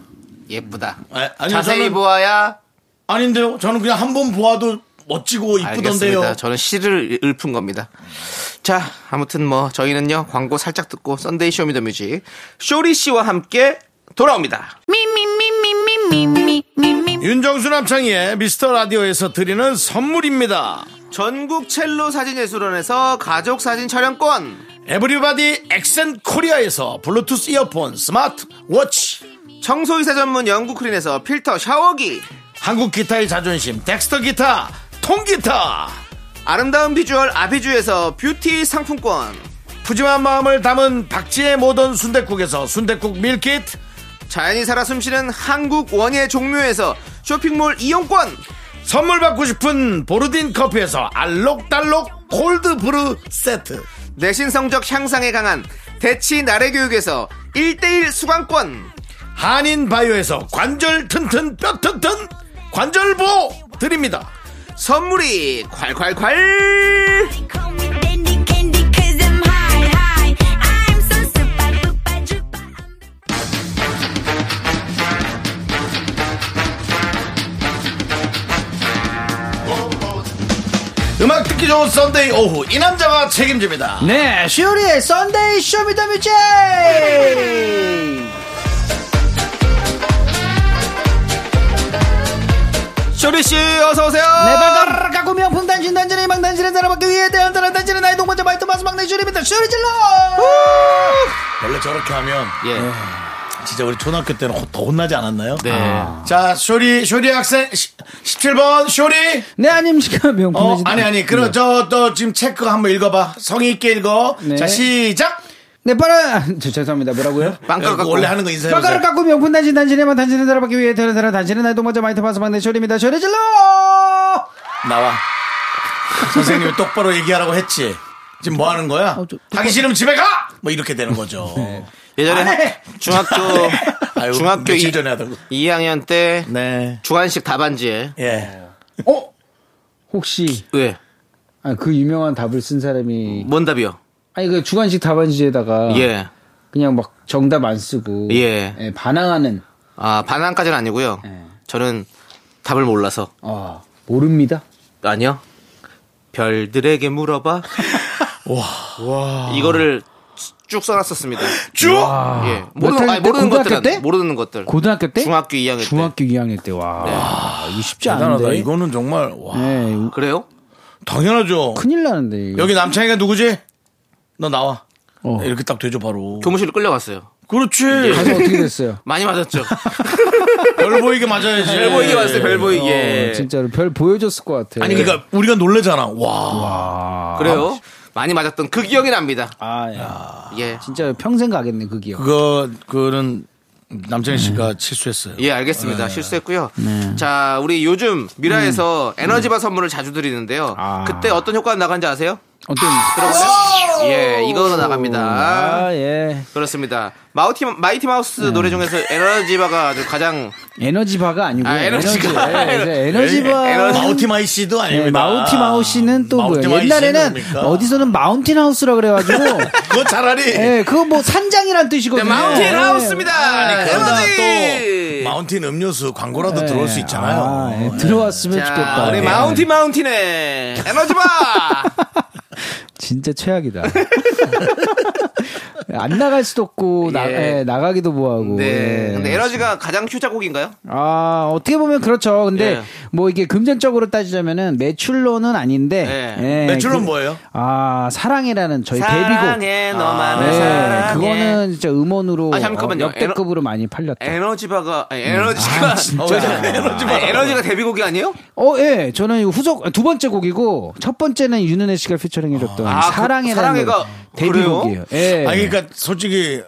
S2: 예쁘다.
S1: 아, 아니요,
S2: 자세히
S1: 저는-
S2: 보아야
S1: 아닌데요. 저는 그냥 한 번 보아도 멋지고
S2: 알겠습니다.
S1: 이쁘던데요.
S2: 저는 시를 읊은 겁니다. 자, 아무튼 뭐 저희는요 광고 살짝 듣고 썬데이 쇼미더뮤직 쇼리 씨와 함께 돌아옵니다.
S1: 윤정수 남창희의 미스터 라디오에서 드리는 선물입니다.
S2: 전국 첼로 사진예술원에서 가족 사진 촬영권,
S1: 에브리바디 엑센 코리아에서 블루투스 이어폰, 스마트 워치,
S2: 청소이사 전문 영국 크린에서 필터 샤워기,
S1: 한국 기타의 자존심, 덱스터 기타, 통기타,
S2: 아름다운 비주얼 아비주에서 뷰티 상품권,
S1: 푸짐한 마음을 담은 박지의 모던 순댓국에서순댓국 밀키트,
S2: 자연이 살아 숨쉬는 한국 원예 종묘에서 쇼핑몰 이용권.
S1: 선물 받고 싶은 음, 보르딘 커피에서 알록달록 골드브루 세트,
S2: 내신 성적 향상에 강한 대치 나래교육에서 1대1 수강권
S1: 한인 바이오에서 관절 튼튼 뼈 튼튼 관절보 드립니다.
S2: 선물이 콸콸콸
S1: 음악 듣기 좋은 썬데이 오후 이 남자가 책임집니다.
S8: 네, 시오리의 썬데이 쇼미더뮤직!
S2: 쇼리씨 어서오세요
S8: 내발가락 가고 명품 단신 단전의 망 단신의 사람밖에 위에 대한 사람 단신의 나의 동반자 마이트 마스 막내 쇼리입니다. 쇼리 질러!
S1: 원래 저렇게 하면
S2: 예.
S1: 진짜 우리 초등학교 때는 호- 더 혼나지 않았나요? 아.
S2: 네.
S1: 자, 쇼리, 쇼리 학생, 시- 17번, 쇼리!
S8: 네, 아닙니까? 명품
S1: 어,
S8: 단신.
S1: 아니, 아니, 그럼 저, 또 지금 체크 한번 읽어봐. 성의있게 읽어.
S8: 네.
S1: 자, 시작!
S8: 네, 빨아. 저, 죄송합니다.
S1: 네,
S8: 뭐라고요?
S2: 빵가
S1: 그거
S2: 갖고
S1: 원래 하는 거 인사해.
S8: 발가락 갖고 명품 단신 단신의 망 단신의 사람밖에 위에 대한 사람 단신의 나의 동반자 마이트 마스 막내 쇼리입니다. 쇼리 질러!
S1: 나와. 선생님이 똑바로 얘기하라고 했지. 지금 뭐 하는 거야?
S8: 저-
S1: 하기 싫으면 집에 가! 뭐 이렇게 되는 거죠.
S2: 예전에
S1: 아,
S8: 안
S1: 네.
S8: 해!
S2: 중학교
S1: 아유,
S2: 중학교
S1: 며칠
S2: 이,
S1: 전에 하던 거.
S2: 2학년 때
S1: 네.
S2: 주관식 답안지에
S1: 예.
S8: 어? 혹시,
S2: 왜?
S8: 아, 그 유명한 답을 쓴 사람이.
S2: 예, 뭔 답이요?
S8: 아니, 그 주관식
S1: 어.
S8: 답안지에다가.
S2: 예.
S8: 그냥 막 정답 안 쓰고.
S2: 예.
S8: 반항하는.
S2: 아 반항까지는 아니고요
S1: 네.
S8: 예.
S2: 저는 답을 몰라서
S8: 어, 모릅니다.
S2: 아니요 별들에게 물어봐 와 이거를 쭉 써놨었습니다
S1: 쭉!
S2: 예.
S8: 몇
S2: 모르는,
S8: 학년
S2: 아니,
S8: 때?
S2: 모르는
S8: 고등학교
S2: 것들.
S8: 때?
S2: 모르는 것들.
S8: 고등학교 때?
S2: 중학교 2학년 때.
S8: 중학교 2학년 때. 와. 이거 쉽지
S1: 대단하다.
S8: 않은데.
S1: 이거는 정말, 와.
S8: 네, 이거
S2: 그래요?
S1: 당연하죠.
S8: 큰일 나는데. 이거.
S1: 여기 남창이가 누구지? 너 나와.
S8: 어.
S1: 이렇게 딱 되죠, 바로.
S2: 교무실로 끌려갔어요.
S1: 그렇지.
S8: 가서 어떻게 됐어요?
S2: 많이 맞았죠.
S1: 별 보이게 맞아야지.
S2: 별 보이게 아, 예. 맞았어요. 별 보이게.
S8: 어, 진짜로 별 보여줬을 것 같아.
S1: 아니 그러니까 우리가 놀래잖아. 와.
S2: 그래요? 많이 맞았던 그 기억이 납니다.
S8: 아, 야.
S2: 예.
S8: 진짜 평생 가겠네, 그 기억.
S1: 그거 그는 남창희 씨가 실수했어요.
S2: 예, 네. 알겠습니다. 실수했고요. 자, 우리 요즘 미라에서 에너지바 선물을 자주 드리는데요. 그때 어떤 효과가 나간지 아세요?
S8: 어떤.
S2: 들어보세요. 예, 이거 나갑니다.
S8: 아, 예.
S2: 그렇습니다. 마우티, 마이티 마우스 노래
S8: 네.
S2: 중에서 에너지바가 아주 가장
S8: 에너지바가 아니고.
S2: 아, 에너지가.
S8: 에너지바.
S1: 마우티마이 씨도 아닙니다.
S8: 네, 마운틴 하우스는 또 뭐예요?
S1: 마우티마이
S8: 옛날에는
S1: 씨는 뭡니까?
S8: 어디서는 마운틴 하우스라 그래가지고
S1: 그거 차라리
S8: 예, 그거 뭐 산장이란 뜻이거든요.
S2: 예, 네, 마운틴
S8: 예.
S2: 아, 하우스입니다.
S1: 그러다 또
S2: 네, 에너지!
S1: 마운틴 음료수 광고라도 들어올 수 있잖아요.
S8: 예. 아, 예. 들어왔으면
S2: 자,
S8: 좋겠다.
S2: 우리
S8: 예.
S2: 마운틴 마운틴의 에너지바!
S8: 진짜 최악이다. 안 나갈 수도 없고 나,
S2: 예.
S8: 예, 나가기도 뭐하고.
S2: 네.
S8: 예.
S2: 근데 에너지가 가장 효자곡인가요?
S8: 아 어떻게 보면 그렇죠. 근데
S2: 예.
S8: 뭐 이게 금전적으로 따지자면은 매출로는 아닌데.
S2: 예.
S8: 예,
S1: 매출은
S8: 그-
S1: 뭐예요?
S8: 아 사랑이라는 저희 데뷔곡.
S2: 사랑해, 너만을
S8: 예,
S2: 사랑해.
S8: 그거는 진짜 음원으로
S2: 아, 잠깐만요. 예,
S8: 어, 역대급으로 많이 팔렸다.
S2: 에너지바가, 아니, 에너지가.
S8: 음. 진짜.
S2: 어, 잠깐만, 에너지바. 아니, 에너지가 데뷔곡이 아니에요?
S8: 어, 예. 저는 후속 두 번째 곡이고 첫 번째는 윤은혜 씨가 피처링해줬던
S2: 아, 그
S8: 사랑해라는
S2: 사랑해가
S8: 데뷔곡이에요. 예.
S1: 아니 그러니까 솔직히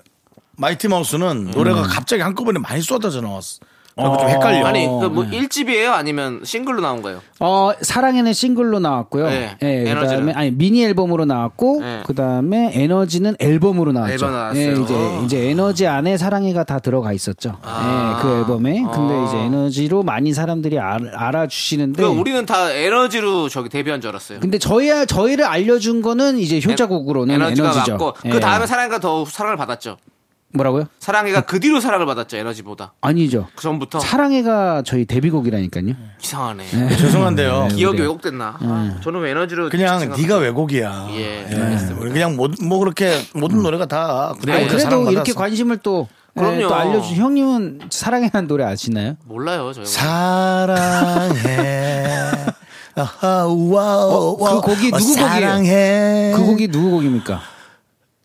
S1: 마이티
S8: 음.
S1: 마우스는 노래가 갑자기 한꺼번에 많이 쏟아져 나왔어. 그래서 좀 헷갈려. 음.
S2: 아니, 그뭐 일집이에요 아니면 싱글로 나온 거예요?
S8: 어, 사랑에는 싱글로 나왔고요.
S2: 예,
S8: 예.
S2: 에너지는.
S8: 그다음에 아니 미니 앨범으로 나왔고
S2: 예.
S8: 그다음에 에너지는 앨범으로 나왔죠.
S2: 앨범 나왔어요.
S8: 예, 이제
S2: 어.
S8: 이제 에너지 안에 사랑해가 다 들어가 있었죠.
S2: 아.
S8: 예, 그 앨범에. 근데
S2: 어.
S8: 이제 에너지로 많이 사람들이 알, 알아주시는데
S2: 그러니까 우리는 다 에너지로 저기 데뷔한 줄 알았어요.
S8: 네. 근데 저희 저희를 알려준 거는 이제 효자곡으로는
S2: 에너지가
S8: 에너지죠.
S2: 맞고
S8: 예.
S2: 그 다음에 사랑이가 더 사랑을 받았죠.
S8: 뭐라고요?
S2: 사랑이가 그 뒤로 사랑을 받았죠. 에너지보다
S8: 아니죠.
S2: 그 전부터
S8: 사랑해가 저희 데뷔곡이라니까요.
S2: 이상하네.
S1: 죄송한데요.
S8: 음.
S2: 기억이
S8: 네.
S2: 왜곡됐나? 아, 저는 왜 에너지로
S1: 그냥
S2: 생각-
S1: 네가 왜곡이야.
S2: 예,
S1: 예. 우리 그냥 뭐, 뭐 그렇게 모든 노래가 다 그래.
S8: 음. 아니,
S1: 우리가
S8: 그래도
S1: 네, 사랑받았어.
S8: 이렇게 관심을 또
S2: 그럼요.
S8: 예, 또 알려주 형님은 사랑해라는 노래 아시나요?
S2: 몰라요. 저 사...
S1: 사랑해. 아하, 와우,
S8: 어, 그
S1: 와우.
S8: 곡이
S1: 어,
S8: 누구 곡이에요?
S1: 사랑해.
S8: 그 곡이 누구 곡입니까?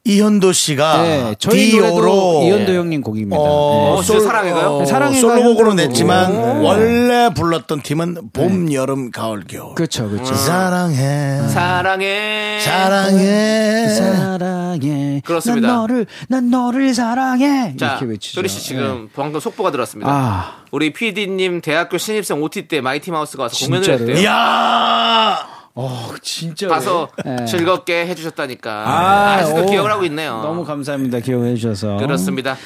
S1: 이현도 씨가
S8: 네, 저희
S1: 아, 디오로 예.
S8: 노래도 이현도 형님 곡입니다. 네.
S1: 어,
S2: 어, 진짜 사랑해가요?
S8: 사랑해가
S1: 솔로곡으로
S8: 현도
S1: 냈지만
S8: 곡이고.
S1: 원래 불렀던 팀은 봄, 여름, 가을, 겨울.
S8: 네.
S1: 음.
S8: 그렇죠, 그렇죠.
S1: 사랑해.
S2: 사랑해.
S1: 사랑해.
S8: 사랑해.
S2: 그렇습니다.
S8: 그 난 너를 난 너를 사랑해.
S2: 자,
S8: 이렇게 외치죠. 네.
S2: 조리 씨 지금 방금 속보가 들어왔습니다.
S8: 아,
S2: 우리 PD님 대학교 신입생 OT 때 마이티 마우스가 와서 공연을
S8: 진짜로요?
S2: 했대요.
S1: 이야!
S8: 어, 진짜
S2: 가서
S8: 예.
S2: 즐겁게 해주셨다니까.
S8: 아,
S2: 아, 직도
S8: 오.
S2: 기억을 하고 있네요.
S8: 너무 감사합니다. 기억해 주셔서.
S2: 그렇습니다.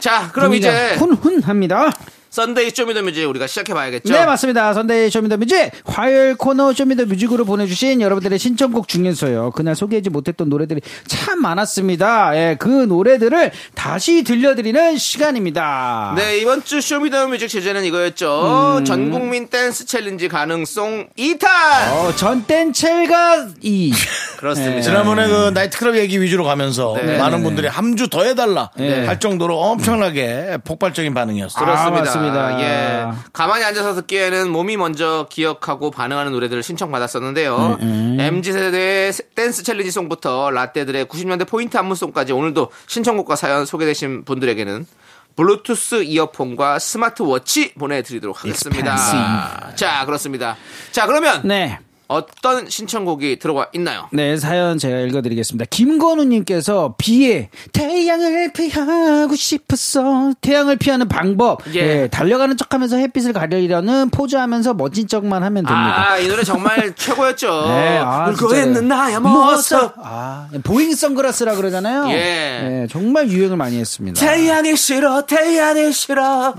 S2: 자, 그럼
S8: 분위기가
S2: 이제
S8: 훈훈합니다.
S2: 썬데이 쇼미더뮤직 우리가 시작해봐야겠죠?
S8: 네 맞습니다. 선데이 쇼미더뮤직 화요일 코너 쇼미더뮤직으로 보내주신 여러분들의 신청곡 중에서요. 그날 소개하지 못했던 노래들이 참 많았습니다. 예, 그 노래들을 다시 들려드리는 시간입니다.
S2: 네, 이번 주 쇼미더뮤직 주제는 이거였죠.
S8: 음.
S2: 전 국민 댄스 챌린지 가능성 2탄!
S8: 어, 네. 전땐첼가 이.
S2: 그렇습니다.
S1: 지난번에 그 나이트클럽 얘기 위주로 가면서
S2: 네.
S1: 많은 분들이 한 주 더 해달라
S8: 네.
S1: 할 정도로 엄청나게 폭발적인 반응이었어요.
S2: 그렇습니다.
S8: 아, 맞습니다.
S2: 예. 가만히 앉아서 듣기에는 몸이 먼저 기억하고 반응하는 노래들을 신청받았었는데요.
S8: 음,
S2: MZ 세대의 댄스 챌린지 송부터 라떼들의 90년대 포인트 안무송까지 오늘도 신청곡과 사연 소개되신 분들에게는 블루투스 이어폰과 스마트워치 보내드리도록 하겠습니다. 자, 그렇습니다. 자, 그러면
S8: 네.
S2: 어떤 신청곡이 들어와 있나요?
S8: 네, 사연 제가 읽어드리겠습니다. 김건우님께서 비에 태양을 피하고 싶었어. 태양을 피하는 방법.
S2: 예.
S8: 예, 달려가는 척 하면서 햇빛을 가리려는 포즈하면서 멋진 척만 하면 됩니다.
S2: 아, 이 노래 정말 최고였죠. 뭐
S8: 네, 아,
S2: 늙고
S8: 진짜요.
S2: 있는 어, 나야 모습.
S8: 아, 보잉 선글라스라 그러잖아요.
S2: 예.
S8: 예, 정말 유행을 많이 했습니다.
S2: 태양이 싫어, 태양이 싫어.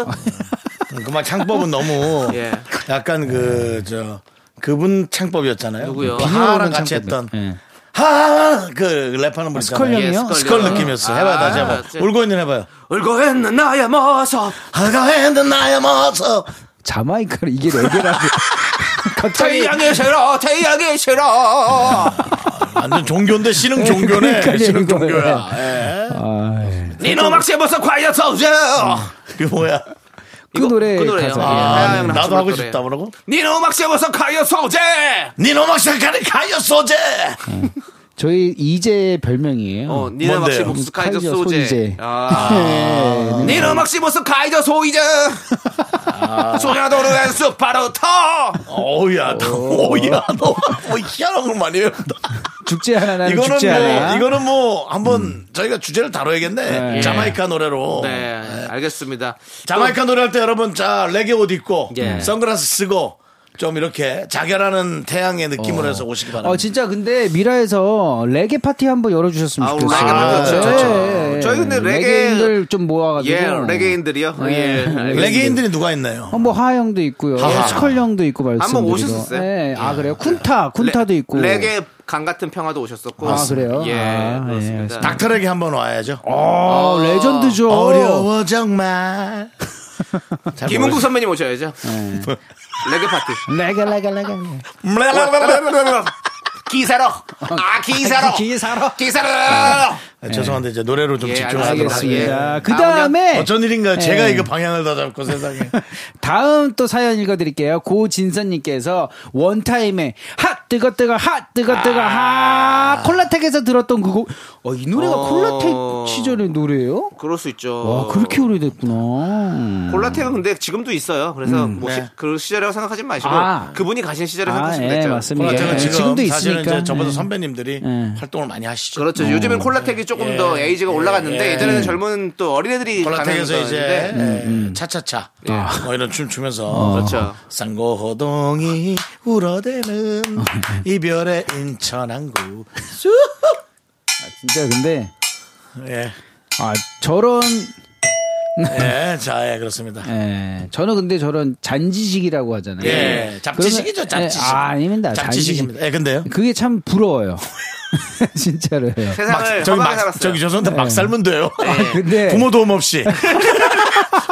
S1: 그만 창법은 너무
S2: 예.
S1: 약간 그 저 그분 창법이었잖아요. 그
S2: 누구요?
S1: 하랑 같이 했던
S8: 예.
S1: 하그 랩하는 분
S8: 스컬
S1: 있잖아요.
S8: 형이요?
S2: 예, 스컬
S1: 스컬
S2: 형.
S1: 느낌이었어. 해봐요, 다시
S2: 아,
S1: 해봐.
S2: 진짜. 뭐
S1: 울고 있는 해봐요.
S2: 울고 있는 나의 모습.
S1: 하가 핸든 나의 모습.
S8: 자마이카를 이게 네 개라고. 갑자기
S2: 태양이 싫어, 태양이 싫어.
S1: 완전 아, 종교인데 신흥 종교네.
S8: 그러니까요, 아, 네.
S1: 신흥
S8: 이거는.
S1: 종교야. 예.
S2: 니노 막세버서 콰이어 소즈.
S1: 그게 음, 뭐야?
S8: 그 노래
S2: 그 노래요.
S8: 가사.
S2: 예, 하야
S1: 아,
S2: 형이랑 같이
S1: 나도 하고
S2: 불렀던
S1: 싶다
S2: 노래예요.
S1: 뭐라고?
S2: 니노 막세버서 콰이어 소즈.
S1: 니노 막상가는 가요 소재.
S8: 저희 이제 별명이에요.
S2: 어,
S1: 뭔데요?
S2: 니노 막세버서 콰이어
S8: 카이저 소이제.
S2: 소제.
S8: 예, 네.
S2: 니노 막세버서 콰이어 소이제.
S1: 아.
S2: 소녀도로 앤수 바로 터.
S1: 어우야, 어우야, 너 뭐 희한한 걸 많이 배운다.
S8: 죽지 않아, 나는
S1: 이거는
S8: 죽지
S1: 뭐
S8: 않아.
S1: 이거는 뭐 한번 저희가 주제를 다뤄야겠네.
S8: 네.
S1: 자마이카 노래로.
S2: 네, 알겠습니다.
S1: 자마이카 노래할 때 여러분 자 레게 옷 입고
S2: 예.
S1: 선글라스 쓰고 좀 이렇게 자결하는 태양의 느낌으로 해서 오시기 바랍니다.
S8: 어 진짜 근데 미라에서 레게 파티 한번 열어주셨으면
S2: 아우,
S8: 좋겠어요.
S2: 레게 파티 좋죠, 좋죠.
S8: 예, 예.
S2: 저희 근데 레게-
S8: 레게인들 좀 모아가지고
S2: 예, 레게인들이요.
S8: 예.
S2: 예, 알겠습니다.
S1: 레게인들이 누가 있나요?
S8: 어, 뭐 하형도 있고요,
S1: 하하.
S8: 스컬 형도 있고 말씀.
S2: 한번 오셨었어요?
S8: 예. 아 그래요? 쿤타, 쿤타도
S2: 레-
S8: 있고.
S2: 레게 강 같은 평화도 오셨었고.
S8: 아 그래요?
S2: 예,
S8: 아,
S2: 그렇습니다.
S1: 닥터에게 한번 와야죠.
S8: 어, 레전드죠.
S1: 어려워 정말.
S2: 김은국 선배님 오셔야죠.
S8: 네.
S2: 레게 파티.
S8: 레게 레게 레게.
S2: 기사로. 아 기사로.
S8: 기사로.
S2: 기사로.
S1: 아, 죄송한데 이제 노래로 좀
S2: 예,
S1: 집중하도록 하겠습니다.
S2: 알겠습니다.
S8: 자,
S2: 예.
S8: 그 다음에
S1: 어쩐 일인가요? 제가
S8: 예.
S1: 이거 방향을 다 잡고 세상에.
S8: 다음 또 사연 읽어드릴게요. 고진선님께서 원타임에 핫 뜨거 뜨거 핫 뜨거 뜨거 핫 콜라텍에서 들었던 그곡. 어, 이 노래가
S2: 어.
S8: 콜라텍 시절의 노래예요?
S2: 그럴 수 있죠.
S8: 와 그렇게 오래됐구나.
S2: 콜라텍은 근데 지금도 있어요. 그래서
S8: 음,
S2: 뭐
S1: 네.
S2: 시- 그 시절이라고 생각하지 마시고
S8: 아.
S2: 그분이 가신 시절에
S8: 아,
S2: 생각하시면
S8: 예,
S2: 되죠.
S8: 맞습니다.
S1: 콜라텍은
S8: 예,
S1: 지금
S8: 지금도
S1: 사실은
S8: 있으니까.
S1: 이제 저보다
S8: 예.
S1: 선배님들이
S8: 예.
S1: 활동을 많이 하시죠.
S2: 그렇죠. 요즘엔 콜라텍이 조금
S1: 예.
S2: 더 에이지가 올라갔는데
S1: 예.
S2: 예전에는 젊은 또 어린애들이
S1: 콜라텍에서
S2: 가는
S1: 이제
S2: 거였는데
S1: 예, 차차차 뭐 이런 춤 추면서
S2: 그렇죠.
S1: 쌍고호동이 울어대는 이별의 인천항구
S8: 진짜 근데
S1: 예,
S8: 아 저런
S1: 예, 자, 예, 그렇습니다.
S8: 예, 저는 근데 저런 잔지식이라고 하잖아요.
S1: 예, 잡지식이죠,
S8: 그러면-
S1: 잡지식.
S8: 예, 아, 아닙니다. 네,
S1: 잡지식입니다. 예, 근데요.
S8: 잔지식. 그게 참 부러워요. 진짜로요.
S2: 네. 세상을
S1: 저기
S2: 험하게
S1: 막,
S2: 살았어요.
S1: 저기 죄송한데 막 살면 돼요.
S8: 아, 근데
S1: 부모 도움 없이.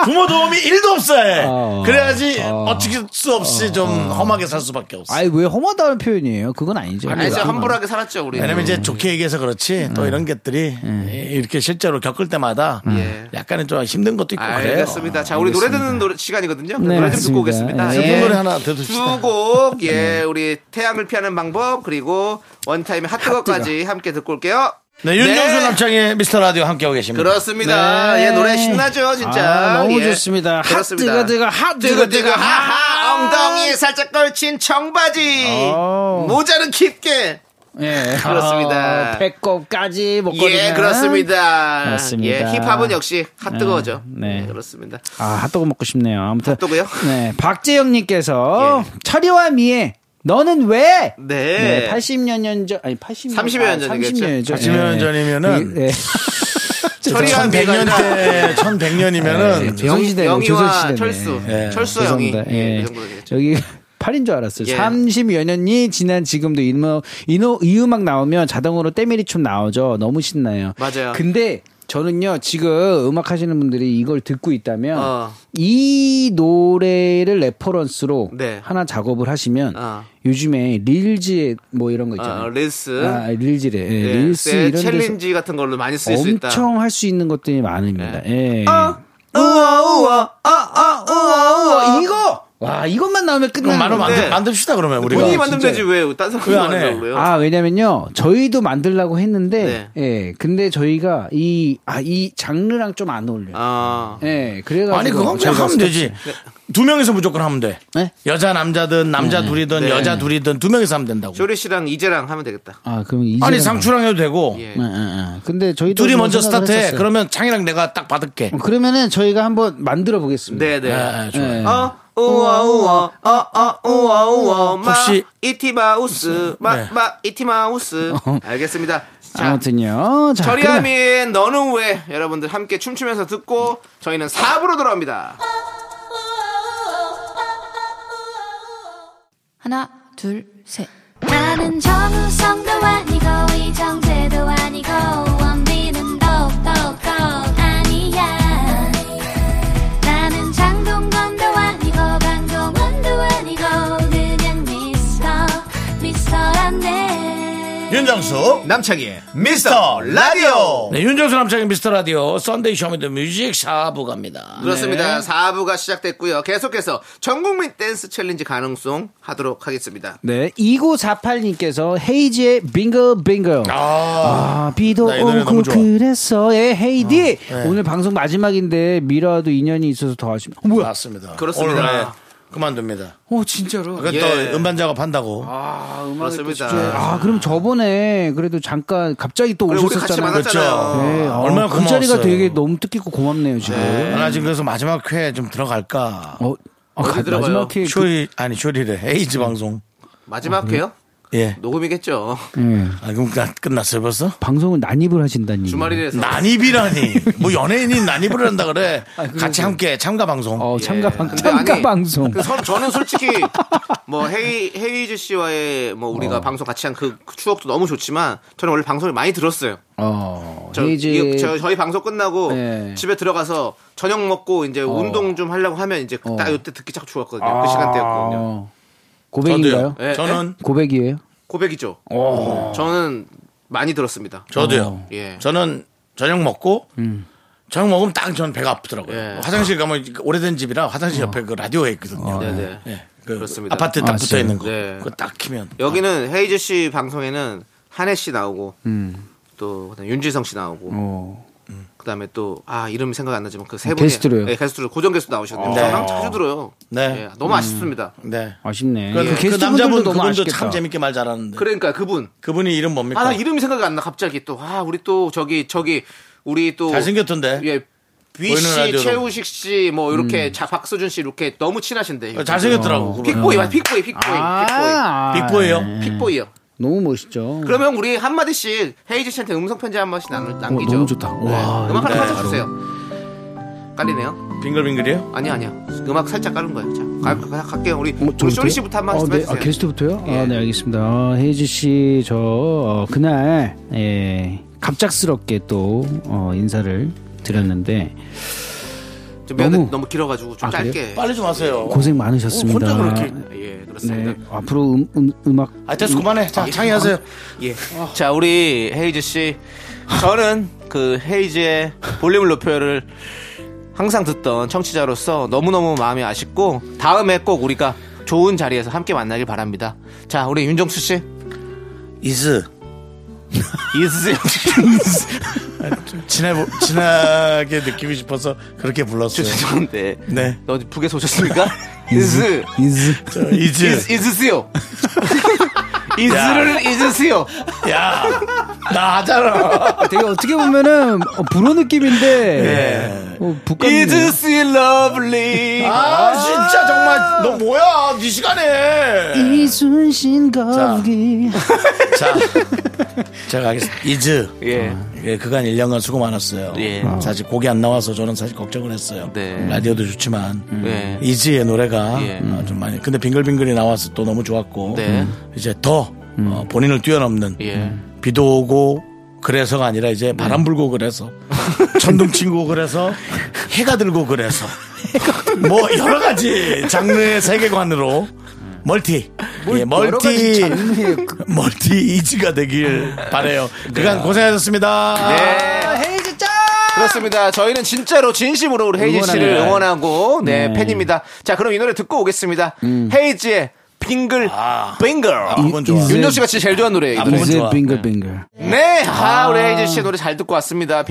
S1: 부모 도움이 1도 없어요.
S8: 어.
S1: 그래야지
S8: 어.
S1: 어쩔 수 없이 좀 험하게 살 수밖에 없어.
S8: 아이 왜 험하다는 표현이에요? 그건 아니죠.
S2: 아니 진짜 환불하게 살았죠 우리.
S1: 왜냐면 이제 좋게 얘기해서 그렇지
S2: 음.
S1: 또 이런 것들이 이렇게 실제로 겪을 때마다
S2: 예.
S1: 약간은 좀 힘든 것도 있고 그래요.
S2: 아, 알겠습니다. 자, 우리 노래 듣는 노래 시간이거든요.
S8: 네,
S2: 노래 좀
S8: 맞습니다.
S2: 듣고 오겠습니다.
S8: 예.
S1: 슬픈 노래 하나 들읍시다.
S2: 두곡
S8: 네.
S2: 예, 우리 태양을 피하는 방법 그리고 원타임의 핫뜨거까지 함께 듣고 올게요.
S1: 네, 윤정수
S2: 네.
S1: 남창의 미스터 라디오 함께하고 계십니다.
S2: 그렇습니다.
S8: 네.
S2: 예, 노래 신나죠, 진짜.
S8: 아, 너무
S2: 예.
S8: 좋습니다. 핫
S2: 그렇습니다.
S8: 뜨거 뜨거, 핫
S2: 뜨거
S8: 뜨거
S2: 뜨거
S8: 뜨거,
S2: 하하
S8: 아.
S2: 엉덩이에 살짝 걸친 청바지
S8: 오.
S2: 모자는 깊게
S8: 예.
S2: 그렇습니다.
S8: 어, 배꼽까지 목걸이.
S2: 예 그렇습니다.
S8: 맞습니다.
S2: 예 힙합은 역시 핫뜨거죠.
S8: 네.
S2: 네. 그렇습니다.
S8: 아, 핫도그 먹고 싶네요. 아무튼
S2: 핫도그요?
S8: 네, 박재영 님께서
S2: 예.
S8: 철이와 미애 너는 왜?
S2: 네.
S8: 80년 년 전, 아니 80년
S2: 30여 년 전이겠죠.
S8: 30년 전.
S1: 80여 년
S8: 예.
S1: 전이면은
S8: 예.
S2: 처리한 배가
S1: 1100년 때,
S8: 예,
S1: 1100년이면은
S8: 조선시대네,
S2: 영희와
S8: 조선시대네.
S2: 철수,
S1: 예.
S2: 철수 영희.
S8: 죄송합니다.
S2: 예,
S8: 예.
S2: 그 정도 되겠죠.
S8: 저기 8인 줄 알았어요.
S2: 예.
S8: 30여 년이 지난 지금도 이, 음악, 이, 노- 이 음악 나오면 자동으로 때밀이 춤 나오죠. 너무 신나요.
S2: 맞아요.
S8: 근데 저는요, 지금 음악 하시는 분들이 이걸 듣고 있다면
S2: 어.
S8: 이 노래를 레퍼런스로
S2: 네.
S8: 하나 작업을 하시면
S2: 어.
S8: 요즘에 릴즈 뭐 이런 거 있잖아요.
S2: 어, 릴스.
S8: 아, 릴즈래. 예,
S2: 예,
S8: 릴스
S2: 네,
S8: 이런 데서
S2: 챌린지 같은 걸로 많이 쓸 수 있다. 네. 아,
S8: 엄청 할 수 있는 것들이 많습니다. 예. 아,
S2: 우와 우와 아아 우와
S8: 어, 이거! 와, 이것만 나오면 끝나는
S1: 그럼 만원
S8: 건데.
S1: 만들, 만듭시다 그러면 우리가.
S2: 네. 본인이 만들면 되지 왜딴
S1: 왜안
S2: 사람
S1: 해?
S2: 만들고 그래요? 네.
S8: 아, 왜냐면요. 저희도 만들라고 했는데, 예. 근데 저희가 이, 아, 이 장르랑 좀 안 어울려요.
S2: 아.
S8: 예. 그래가지고.
S1: 아니 그건 그냥
S8: 저희가
S1: 하면 되지.
S2: 네.
S1: 두 명이서 무조건 하면 돼.
S8: 네?
S1: 여자 남자든 남자 둘이든
S2: 네.
S1: 여자 둘이든 두 명이서 하면 된다고.
S2: 조리 씨랑 이재랑 하면 되겠다.
S8: 아, 그럼 이제.
S1: 아니 상추랑 해도 되고
S2: 예.
S8: 예, 예, 예. 근데 저희도.
S1: 둘이
S8: 좀
S1: 먼저
S8: 생각을
S1: 스타트해.
S8: 했었어요.
S1: 그러면 창이랑 내가 딱 받을게.
S8: 어, 그러면은 저희가 한번 만들어 보겠습니다.
S2: 네, 네.
S1: 아, 좋아요.
S8: 예.
S2: 어, 우와, 우와, 어, 어, 우와, 우와, 마,
S1: 혹시-
S2: 이티마우스, 마,
S1: 네.
S2: 마, 이티마우스. 알겠습니다. 자,
S8: 어. 아무튼요. 자, 그러면-
S2: 저리함이 너는 왜 여러분들 함께 춤추면서 듣고 저희는 4부로 돌아옵니다.
S3: 하나, 둘, 셋.
S6: 나는 정우성도 아니고 이정재도 아니고 원빈은 더욱더 아니야 나는 장동건도 아니고 방종원도 아니고 그냥 미스터 미스터란데
S1: 윤정수
S2: 남창희의
S1: 미스터 라디오. 네, 윤정수 남창의 미스터 라디오 썬데이 쇼미더 뮤직 4부 갑니다.
S2: 그렇습니다.
S1: 네.
S2: 4부가 시작됐고요. 계속해서 전국민 댄스 챌린지 가능성 하도록 하겠습니다.
S8: 네, 2948님께서 헤이지의 빙글 빙글. 아, 비도
S1: 나이 노래 너무
S8: 오고
S1: 좋아. 아, 네.
S8: 그랬어. 예, 헤이디. 오늘 방송 마지막인데 미라도 인연이 있어서 더 아쉽네. 어, 뭐야?
S1: 맞습니다.
S2: 그렇습니다.
S1: 오늘, 네, 그만둡니다.
S8: 어, 진짜로.
S1: 아, 그건
S2: 예. 아,
S1: 또 음반 작업한다고.
S2: 그렇습니다.
S8: 아, 그럼 저번에 그래도 잠깐 갑자기 또
S2: 그리고 우리 같이
S8: 오셨었잖아요.
S2: 만났잖아요.
S8: 네, 아,
S1: 그렇죠. 얼마나
S8: 그 자리가
S1: 고마웠어요.
S8: 되게 너무 뜻깊고 고맙네요, 지금.
S1: 아, 나 지금 그래서 마지막 회 좀 들어갈까.
S8: 어, 아,
S2: 어디
S8: 가-
S2: 들어가요?
S8: 마지막에 그-
S1: 쇼리 아니 쇼리래 에이즈 방송.
S2: 마지막 회요?
S1: 예.
S2: 녹음이겠죠.
S1: 아, 그럼 나- 끝났어요 벌써?
S8: 그 방송을 난입을 하신다니.
S2: 주말이라서
S1: 난입이라니. 뭐 연예인이 난입을 한다 그래. 같이 함께 참가 방송.
S8: 어, 참가,
S2: 예.
S8: 방,
S2: 근데
S8: 참가
S2: 아니,
S8: 방송.
S2: 그 선- 저는 솔직히 뭐 헤이 헤이즈 씨와의 뭐 우리가 방송 같이 한 그 추억도 너무 좋지만 저는 원래 방송을 많이 들었어요.
S8: 어,
S2: 저,
S8: 헤이즈.
S2: 이거 저, 저희 방송 끝나고
S8: 예.
S2: 집에 들어가서 저녁 먹고 이제 운동 좀 하려고 하면 이제
S8: 어.
S2: 딱 이때 듣기 참 좋았거든요. 그 시간대였거든요.
S8: 어, 고백인가요?
S2: 예, 어,
S1: 저는
S8: 고백이에요?
S2: 고백이죠. 저는 많이 들었습니다.
S8: 어.
S1: 저도요.
S2: 예.
S1: 저는 저녁 먹고
S8: 음.
S1: 저녁 먹으면 딱 저는 배가 아프더라고요. 뭐
S2: 예.
S1: 화장실 가면 오래된 집이라 화장실 옆에 그 라디오에 있거든요.
S2: 네네.
S1: 예. 그
S2: 그렇습니다.
S1: 아파트 딱
S8: 어. 아,
S1: 붙어 있는 거.
S2: 네.
S1: 그거 딱 키면.
S2: 여기는 헤이즈 씨 방송에는 한혜 씨 나오고 또 그다음에 윤지성 씨 나오고
S8: 음. 어.
S2: 그다음에 또 아 이름 생각 안 나지만 그 세
S8: 아,
S2: 분이
S8: 게스트로요?
S2: 네, 게스트로 고정 게스트 나오셨는데
S1: 네.
S2: 저랑 자주 들어요.
S1: 네.
S2: 예, 너무 아쉽습니다.
S1: 네.
S8: 아쉽네.
S1: 그,
S8: 예.
S1: 그
S8: 게스트분들도
S1: 남자분
S8: 너무
S1: 그분도
S8: 아쉽겠다.
S1: 참 재밌게 말 잘하는데.
S2: 그러니까 그분
S1: 그분이 이름 뭡니까?
S2: 아 나 이름이 생각이 안 나 갑자기 또 아 우리 또 저기 저기 우리 또
S1: 잘생겼던데.
S2: 예.
S1: 보이는
S2: 비씨
S1: 라디오로.
S2: 최우식 씨 뭐 이렇게
S8: 음.
S2: 자 박서준 씨 이렇게 너무 친하신데.
S1: 어, 잘생겼더라고. 그분.
S2: 픽보이 맞 픽보이 픽보이
S8: 아,
S1: 빅보예요.
S2: 픽보이 픽보이요.
S8: 너무 멋있죠.
S2: 그러면 우리 한 마디씩 헤이즈 씨한테 음성 편지 한 번씩 남,
S8: 어,
S2: 남기죠.
S8: 너무 좋다.
S2: 네.
S8: 와.
S2: 음악
S1: 네,
S2: 하나 살짝 주세요. 깔리네요.
S1: 빙글빙글이요?
S2: 아니 아니요. 음악 살짝 깔은 거예요. 자, 갈, 갈, 갈게요. 우리
S8: 뭐,
S2: 우리
S8: 저부터요?
S2: 쇼리 씨부터 한
S8: 어,
S2: 말씀
S8: 네.
S2: 해주세요.
S8: 아, 게스트부터요?
S2: 예.
S8: 아, 네, 알겠습니다. 아, 헤이즈 씨, 저, 어, 그날, 예, 갑작스럽게 또, 어, 인사를 드렸는데,
S2: 좀 너무
S8: 너무-
S2: 너무 길어가지고 좀
S8: 아, 그래요?
S2: 짧게.
S1: 빨리 좀 하세요.
S8: 고생 많으셨습니다.
S1: 혼자 그렇게.
S2: 예, 그렇습니다.
S8: 네, 앞으로 음, 음, 음악.
S1: 아, 됐어. 그만해. 자, 창의하세요.
S2: 예.
S8: 아.
S2: 자, 우리 헤이즈 씨. 저는 그 헤이즈의 볼륨을 높여를 항상 듣던 청취자로서 너무너무 마음이 아쉽고 다음에 꼭 우리가 좋은 자리에서 함께 만나길 바랍니다. 자, 우리 윤정수 씨.
S1: 이즈.
S2: 이즈
S1: 진해, 진하게 느끼고 싶어서 그렇게 불렀어요.
S2: 죄송한데.
S1: 네.
S2: 어디 북에서 오셨습니까? 이즈.
S8: 인스.
S1: 저 이즈.
S2: 이즈, 이즈스요. 이즈를 이즈스요.
S1: 야, 나 하잖아.
S8: 되게 어떻게 보면은, 어, 불어 느낌인데, 어, 북감이.
S2: 예. 이즈스 러블리.
S1: 아, 진짜 정말. 너 뭐야? 네 시간에.
S8: 이순신 거기.
S1: 자, 제가 하겠습니다. 이즈.
S2: 예.
S1: 예, 그간 1년간 수고 많았어요.
S2: 예.
S1: 사실 곡이 안 나와서 저는 사실 걱정을 했어요.
S2: 네.
S1: 라디오도 좋지만
S2: 네.
S1: 이지의 노래가
S2: 예.
S1: 어, 좀 많이 근데 빙글빙글이 나와서 또 너무 좋았고 음.
S2: 네. 음.
S1: 이제 더 어, 본인을 뛰어넘는 음.
S2: 예. 네.
S1: 비도 오고 그래서가 아니라 이제 바람 불고 그래서 천둥 치고 그래서 해가 들고 그래서 뭐 여러 가지 장르의 세계관으로 멀티
S2: 뭐
S1: 예, 멀티
S2: 그
S1: 멀티 이지가 되길 바래요. 그간 고생하셨습니다.
S2: 네.
S8: 헤이즈 짱!
S2: 그렇습니다. 저희는 진짜로 진심으로 우리 헤이즈
S8: 응원합니다.
S2: 씨를 응원하고 네,
S8: 네.
S2: 팬입니다. 자 그럼 이 노래 듣고 오겠습니다. 헤이즈의 빙글 빙글.
S1: 부분 좋아.
S8: 이즈-
S2: 윤정 씨가 진짜 제일 좋아하는 노래예요. 이 노래.
S1: 부분
S8: 이즈
S1: 좋아.
S8: 빙글빙글.
S2: 네, 아, 우리 헤이즈 씨 노래 잘 듣고 왔습니다.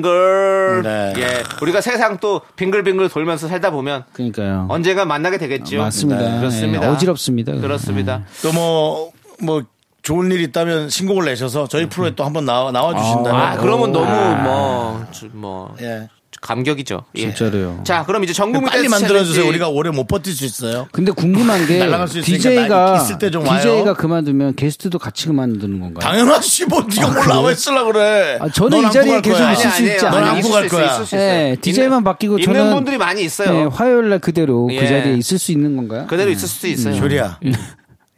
S2: 빙글빙글.
S1: 네.
S2: 예, 우리가 세상 또 빙글빙글 돌면서 살다 보면
S8: 그러니까요.
S2: 언젠가 만나게 되겠죠.
S8: 맞습니다.
S2: 네, 그렇습니다.
S8: 예, 어지럽습니다. 네.
S2: 그렇습니다.
S1: 또 뭐 뭐 좋은 일 있다면 신곡을 내셔서 저희 프로에 또 한번 나와 나와 주신다면
S2: 아, 그러면 너무 뭐, 주- 뭐,
S1: 예.
S2: 감격이죠. 예.
S8: 진짜로요.
S2: 자, 그럼 이제 전국민
S1: 빨리
S2: 뭐 댄스
S1: 만들어 주세요.
S2: 챌린지.
S1: 우리가 오래 못 버틸 수 있어요.
S8: 근데 궁금한 게
S1: 날아갈 수 있으니까 나
S8: DJ가
S1: 있을 때좀 와요.
S8: DJ가 그만두면 게스트도 같이 그만두는 건가요?
S1: 당연하지 뭐 네가 뭘
S8: 그래요?
S1: 나와 있으려 그래.
S8: 아, 저는
S1: 넌
S8: 이
S1: 안고
S8: 자리에
S1: 갈
S8: 계속
S1: 거야.
S8: 있을 수
S2: 아니,
S8: 있지
S1: 넌
S2: 아니,
S8: 않아요?
S2: 아니,
S1: 안고
S2: 있을
S1: 갈
S2: 수
S1: 거야.
S2: 있어, 있을 수 있어요. 예.
S8: 네, DJ만
S2: 있는-
S8: 바뀌고
S2: 있는
S8: 저는
S2: 분들이 많이 있어요.
S8: 네, 화요일 날 그대로
S2: 예.
S8: 그 자리에 있을 수 있는 건가요?
S2: 그대로 있을 수도 있어요.
S8: 음.
S1: 조리야.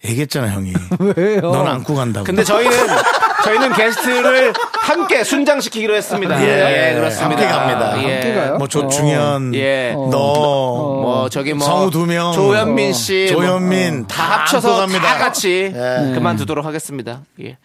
S1: 얘기했잖아 형이.
S8: 왜요?
S1: 넌 안고 간다고.
S2: 근데 저희는 저희는 게스트를 함께 순장시키기로 했습니다.
S1: 예.
S2: 예, 그렇습니다.
S1: 함께 갑니다.
S2: 예.
S8: 함께 가요?
S1: 뭐 조충현,
S2: 예.
S1: 너,
S2: 뭐 저기 뭐
S1: 성우 두 명,
S2: 조현민 씨,
S1: 조현민
S2: 뭐, 다 합쳐서
S1: 안고 갑니다. 예.
S2: 다 같이 음. 그만두도록 하겠습니다. 예.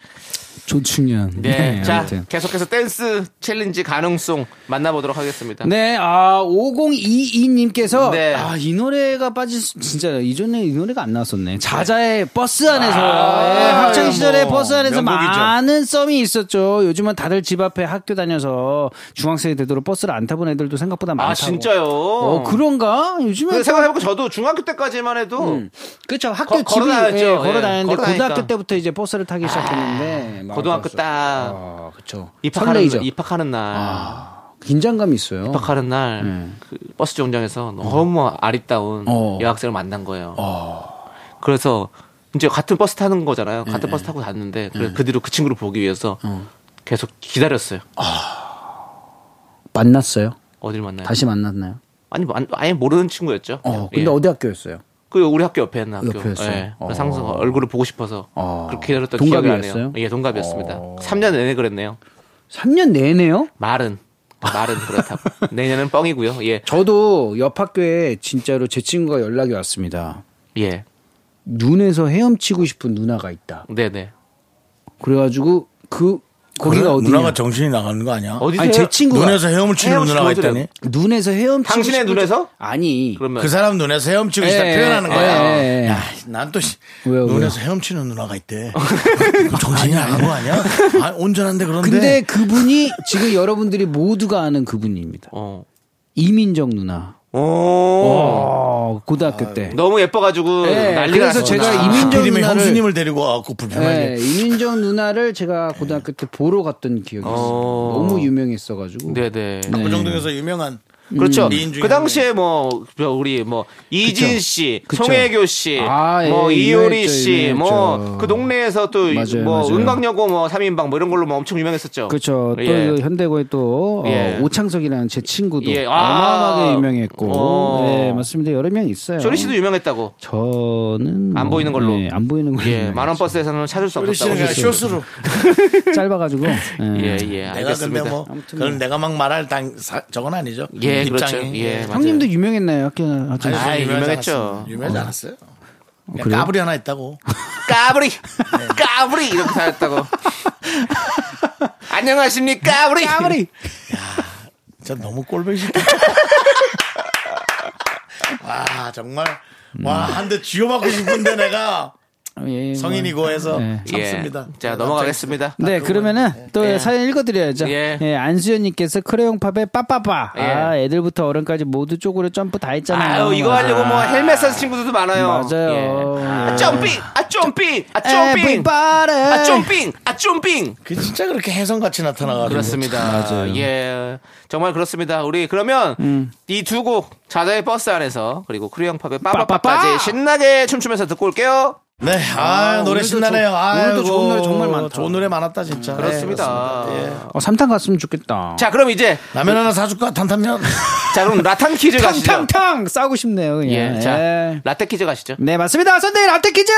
S8: 조충현.
S1: 예.
S2: 네. 자,
S8: 아무튼.
S2: 계속해서 댄스 챌린지 가능성 만나보도록 하겠습니다.
S8: 네, 아, 5022님께서,
S2: 네.
S8: 아, 이 노래가 빠질 수, 진짜, 이전에 이 노래가 안 나왔었네. 자자의 버스 안에서,
S2: 아,
S8: 예, 학창 시절에
S1: 뭐,
S8: 버스 안에서
S1: 명곡이죠.
S8: 많은 썸이 있었죠. 요즘은 다들 집 앞에 학교 다녀서 중학생이 되도록 버스를 안 타본 애들도 생각보다 많다고.
S2: 아 진짜요?
S8: 어, 그런가? 요즘은.
S2: 근데 생각해보니까 저도 중학교 때까지만 해도
S8: 그렇죠. 학교
S2: 거- 걸어
S8: 집이
S2: 다녔죠.
S8: 예,
S2: 예,
S8: 걸어 다녔는데
S2: 걸어 다니니까. 아,
S8: 고등학교 때부터 이제 버스를 타기 시작했는데 마음
S2: 고등학교
S8: 떨었어요.
S2: 딱
S8: 아, 그렇죠.
S2: 입학하는
S8: 설레이죠. 아.
S2: 날, 입학하는 날
S8: 긴장감이 있어요.
S2: 입학하는 날 그 버스 정류장에서 너무 아립다운
S8: 네. 어.
S2: 여학생을 만난 거예요. 그래서 이제 같은 버스 타는 거잖아요.
S8: 네.
S2: 같은 버스 타고 갔는데 그래, 그 뒤로 그 친구를 보기 위해서
S8: 어.
S2: 계속 기다렸어요.
S8: 만났어요?
S2: 어딜 만나요?
S8: 다시 만났나요?
S2: 아니 만- 아예 모르는 친구였죠. 예.
S8: 어, 근데 어디 학교였어요?
S2: 그 우리 학교 옆에 있는 학교.
S8: 옆에였어요?
S2: 예.
S8: 어. 아,
S2: 상승 얼굴을 보고 싶어서 그렇게 기다렸던 기억이
S8: 동갑이었어요? 어.
S2: 나네요. 예, 동갑이었습니다. 3년 내내 그랬네요.
S8: 3년 내내요?
S2: 말은 말은 그렇다고. 내년은 뻥이고요. 예.
S8: 저도 옆 학교에 진짜로 제 친구가 연락이 왔습니다.
S2: 예.
S8: 눈에서 헤엄치고 싶은 누나가 있다.
S2: 네, 네.
S8: 그래가지고 그 거기가
S1: 그래?
S8: 어디냐?
S1: 누나가 정신이 나가는 거 아니야?
S8: 어디서 아니, 헤- 제 친구가-
S1: 눈에서 헤엄을 치는
S8: 헤엄을
S1: 누나가
S8: 치고
S1: 있다니.
S8: 눈에서 헤엄치고
S2: 당신의
S8: 싶은
S2: 눈에서?
S8: 아니.
S2: 그러면
S1: 그 사람 눈에서 헤엄치고
S8: 예,
S1: 싶다 표현하는 거야.
S8: 예, 예, 예.
S1: 야, 난또
S8: 왜요,
S1: 눈에서 헤엄치는 누나가 있대. 그거 정신이 나간 거 아니야? 아, 온전한데 그런데.
S8: 근데 그분이 지금 여러분들이 모두가 아는 그분입니다.
S2: 어.
S8: 이민정 누나.
S2: 오.
S8: 어, 고등학교 때.
S2: 너무 예뻐 가지고
S8: 예,
S2: 난리가
S8: 그래서
S2: 났어.
S8: 제가 이민정
S1: 하필이면
S8: 누나를
S1: 아, 형수님을 데리고 와갖고
S8: 네,
S1: 불편하게.
S8: 이민정 누나를 제가 고등학교 때 보러 갔던 기억이 있어요.
S2: 어.
S8: 너무 유명했어가지고.
S2: 네, 네.
S1: 그
S8: 예.
S1: 압구정동에서 유명한
S8: 음.
S2: 그렇죠.
S1: 미인 중에
S2: 그 당시에 뭐 우리 뭐 이진 씨,
S8: 그쵸.
S2: 송혜교 씨,
S8: 아, 예,
S2: 뭐 이효리
S8: 유명했죠,
S2: 씨, 뭐
S8: 유명했죠.
S2: 그 동네에서 또
S8: 맞아요,
S2: 뭐
S8: 맞아요.
S2: 은광여고 뭐 3인방 뭐 이런 걸로 뭐 엄청 유명했었죠.
S8: 그렇죠. 또
S2: 예.
S8: 그 현대고에 또 어,
S2: 예.
S8: 오창석이라는 제 친구도
S2: 예. 아.
S8: 어마어마하게 유명했고,
S2: 어.
S8: 네 맞습니다. 여러 명 있어요.
S2: 쇼리 씨도 유명했다고.
S8: 저는
S2: 안
S8: 뭐,
S2: 보이는 걸로.
S8: 네, 안 보이는 걸로
S2: 예, 만원 버스에서는 찾을 수
S1: 우리 씨는
S2: 없었다고.
S1: 그냥 쇼스로.
S8: 짧아가지고. 예.
S2: 예,
S1: 내가
S2: 예,
S1: 근데
S2: 알겠습니다.
S1: 뭐
S8: 아무튼
S1: 그건 내가 막 말할 당 사- 저건 아니죠.
S2: 예,
S1: 입장이.
S2: 그렇죠. 예, 맞아요.
S8: 형님도 유명했나요? 학교 학교-
S1: 아니,
S2: 아,
S1: 유명하지
S2: 유명했죠.
S1: 않았어요. 유명하지 않았어요. 그냥
S8: 아, 그래요?
S1: 까불이 하나 있다고.
S2: 까불이,
S1: 네.
S2: 까불이 이렇게 살았다고. 안녕하십니까, 우리. 까불이.
S1: 진짜 너무 꼴보기 싫다. 와 정말 와 한 대 쥐어맞고 싶은데 내가
S8: 예, 뭐.
S1: 성인이고 아, 해서
S8: 네.
S1: 참습니다.
S2: 예. 자, 넘어가겠습니다.
S8: 네, 그러면은 또
S2: 예.
S8: 사연 읽어드려야죠.
S2: 예.
S8: 예. 안수현님께서 크레용팝의 빠빠빠.
S2: 예.
S8: 아, 애들부터 어른까지 모두 쪽으로 점프 다 했잖아요.
S2: 아유, 이거 하려고 뭐 헬멧 쓴 친구들도 많아요.
S8: 맞아요.
S2: 예.
S8: 예.
S2: 아, 점핑! 아, 점핑! 아, 점핑! 아,
S8: Everybody.
S2: 점핑! 아, 점핑!
S1: 그 진짜 그렇게 해성같이 나타나가지고
S2: 그렇습니다. 예. 정말 그렇습니다. 우리 그러면 이 두 곡 자자의 버스 안에서 그리고 크리형팝의 빠바빠까지 신나게 춤추면서 듣고 올게요.
S1: 네, 아, 노래 신나네요. 아,
S8: 오늘도 좋은 노래 정말 많다.
S1: 좋은 노래 많았다 진짜.
S2: 네. 그렇습니다.
S8: 어, 삼탕 갔으면 좋겠다.
S2: 자, 그럼 이제
S1: 라면 하나 사줄까? 탄탄면.
S2: 자, 그럼 라탄 퀴즈 가시죠.
S8: 탕탕탕 싸우고 싶네요. 그냥.
S2: 예. 자,
S8: 예.
S2: 라떼 퀴즈 가시죠.
S8: 네 맞습니다 선데이 라떼 퀴즈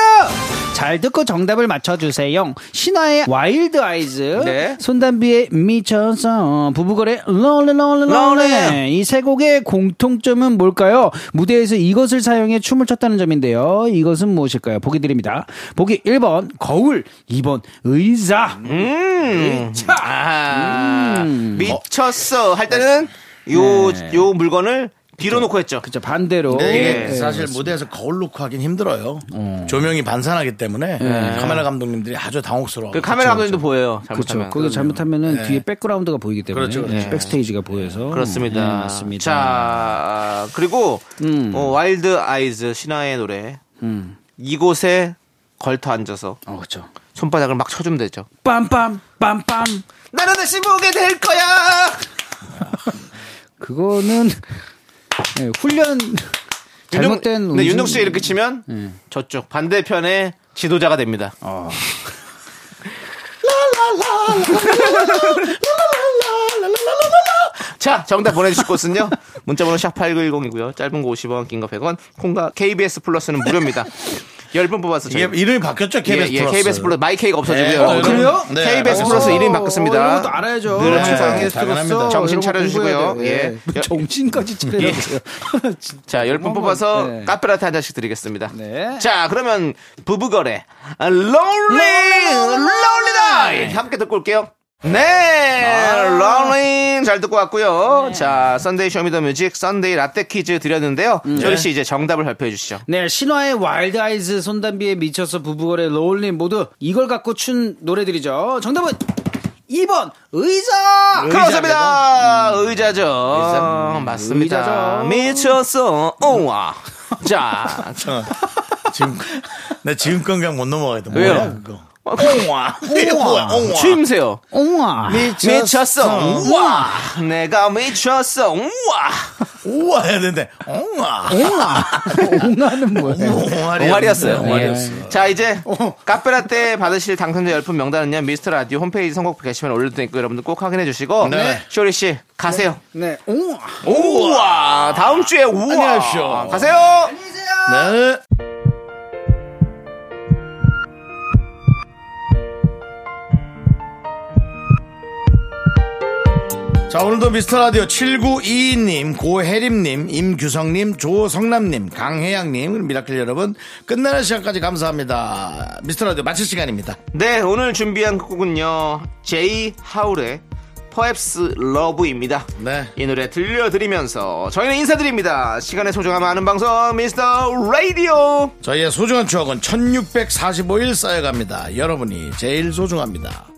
S8: 잘 듣고 정답을 맞춰주세요 신화의 와일드 아이즈
S2: 네.
S8: 손담비의 미쳐서 부부걸의 롤레 롤레
S2: 롤레.
S8: 롤레 이 세 곡의 공통점은 뭘까요 무대에서 이것을 사용해 춤을 췄다는 점인데요 이것은 무엇일까요 보기 드립니다 보기 1번 거울 2번 의자
S2: 음. 아,
S8: 음.
S2: 미쳤어. 할 때는 요, 요 물건을 뒤로 놓고 했죠.
S8: 네. 그쵸 반대로
S1: 이게
S2: 예.
S1: 그 사실 무대에서 거울 놓고 하긴 힘들어요. 조명이 반사나기 때문에 카메라 감독님들이 아주 당혹스러워.
S2: 네. 그 카메라 감독님도 보여요. 네. 잘못하면. 음.
S8: 그렇죠. 거기서 잘못하면은 뒤에 백그라운드가 보이기 때문에
S1: 그렇죠, 그렇죠.
S8: 예, 백스테이지가 보여서
S2: 네, 그렇습니다.
S8: 예, 맞습니다. 음.
S2: 자, 그리고 어, 와일드 아이즈 신화의 노래. 이곳에 걸터 앉아서
S8: 어, 그렇죠.
S2: 손바닥을 막 쳐주면 되죠.
S8: 빰빰 빰빰
S2: 나는 다시 보게 될 거야.
S8: 그거는 예, 훈련 잘못된 예.
S2: 근데
S8: 운동-
S2: 네, 윤동 씨 이렇게 치면 저쪽 반대편의 지도자가 됩니다.
S8: 어.
S2: 자, 정답 보내주실 곳은요. 문자번호 샵8910이고요. 짧은 거 50원, 긴 거 100원. 콩과 KBS 플러스는 무료입니다. 10분 뽑아서 저희
S1: 이게 이름이 바뀌었죠? KBS
S2: 예, 예,
S1: 플러스.
S2: KBS 플러스 마이케이가 없어지고요.
S1: 네, 어, 그래요? 네,
S2: KBS 플러스
S8: 어,
S2: 이름이
S8: 어, 이런
S2: 바뀌었습니다.
S8: 것도 알아야죠.
S2: 늘
S1: 네,
S2: 항상
S1: 당연합니다.
S2: 정신
S8: 이런 거
S2: 차려주시고요.
S8: 공부해야 돼요. 네.
S2: 예.
S8: 정신까지 차려야 돼요.
S2: 자, 10분 뽑아서 카페라떼 한 잔씩 드리겠습니다.
S8: 네.
S2: 자, 그러면 부부거래 아, 롤리 롤리다이 함께 듣고 올게요. 네, 롤링 잘 듣고 왔고요. 자, 썬데이 쇼미더뮤직, 썬데이 라떼 퀴즈 드렸는데요. 조리 씨 이제 정답을 발표해 주시죠.
S8: 네, 신화의 와일드 아이즈 손담비에 미쳐서 부부걸의 로울린 모두 이걸 갖고 춘 노래들이죠. 정답은 2번 의자.
S2: 네. 그렇습니다. 아, 음. 의자죠. 맞습니다.
S8: 의자죠.
S2: 미쳤어. 우와. 자,
S1: 어. 지금 나 지금 건강 못 넘어가야 돼.
S2: 왜요?
S1: 뭐야 그거?
S2: 옹와.
S1: 이게 뭐야? 옹와.
S2: 추임새요.
S8: 옹아.
S2: 음. 미쳤어. 우와. 내가 미쳤어. 우와.
S1: 우와 해야 되는데 엉아
S8: 옹아는 뭐예요?
S2: 옹알이었어요. 예. 자 이제 카페라떼 받으실 당첨자 열풍 명단은요 미스터 라디오 홈페이지 선곡표 게시판에 올려드니까 여러분들 꼭 확인해 주시고
S1: 네.
S2: 쇼리 씨 가세요.
S8: 네. 옹아.
S2: 우와 다음 주에 우와
S1: 안녕하십시오.
S2: 아, 가세요.
S1: 네. 자, 오늘도 미스터 라디오 7922님, 고혜림님, 임규성님, 조성남님, 강혜양님, 미라클 여러분, 끝나는 시간까지 감사합니다. 미스터 라디오 마칠 시간입니다.
S2: 네 오늘 준비한 곡은요 제이 하울의 퍼앱스 러브입니다.
S1: 네.
S2: 이 노래 들려드리면서 저희는 인사드립니다. 시간의 소중함 아는 방송 미스터 라디오.
S1: 저희의 소중한 추억은 1645일 쌓여갑니다. 여러분이 제일 소중합니다.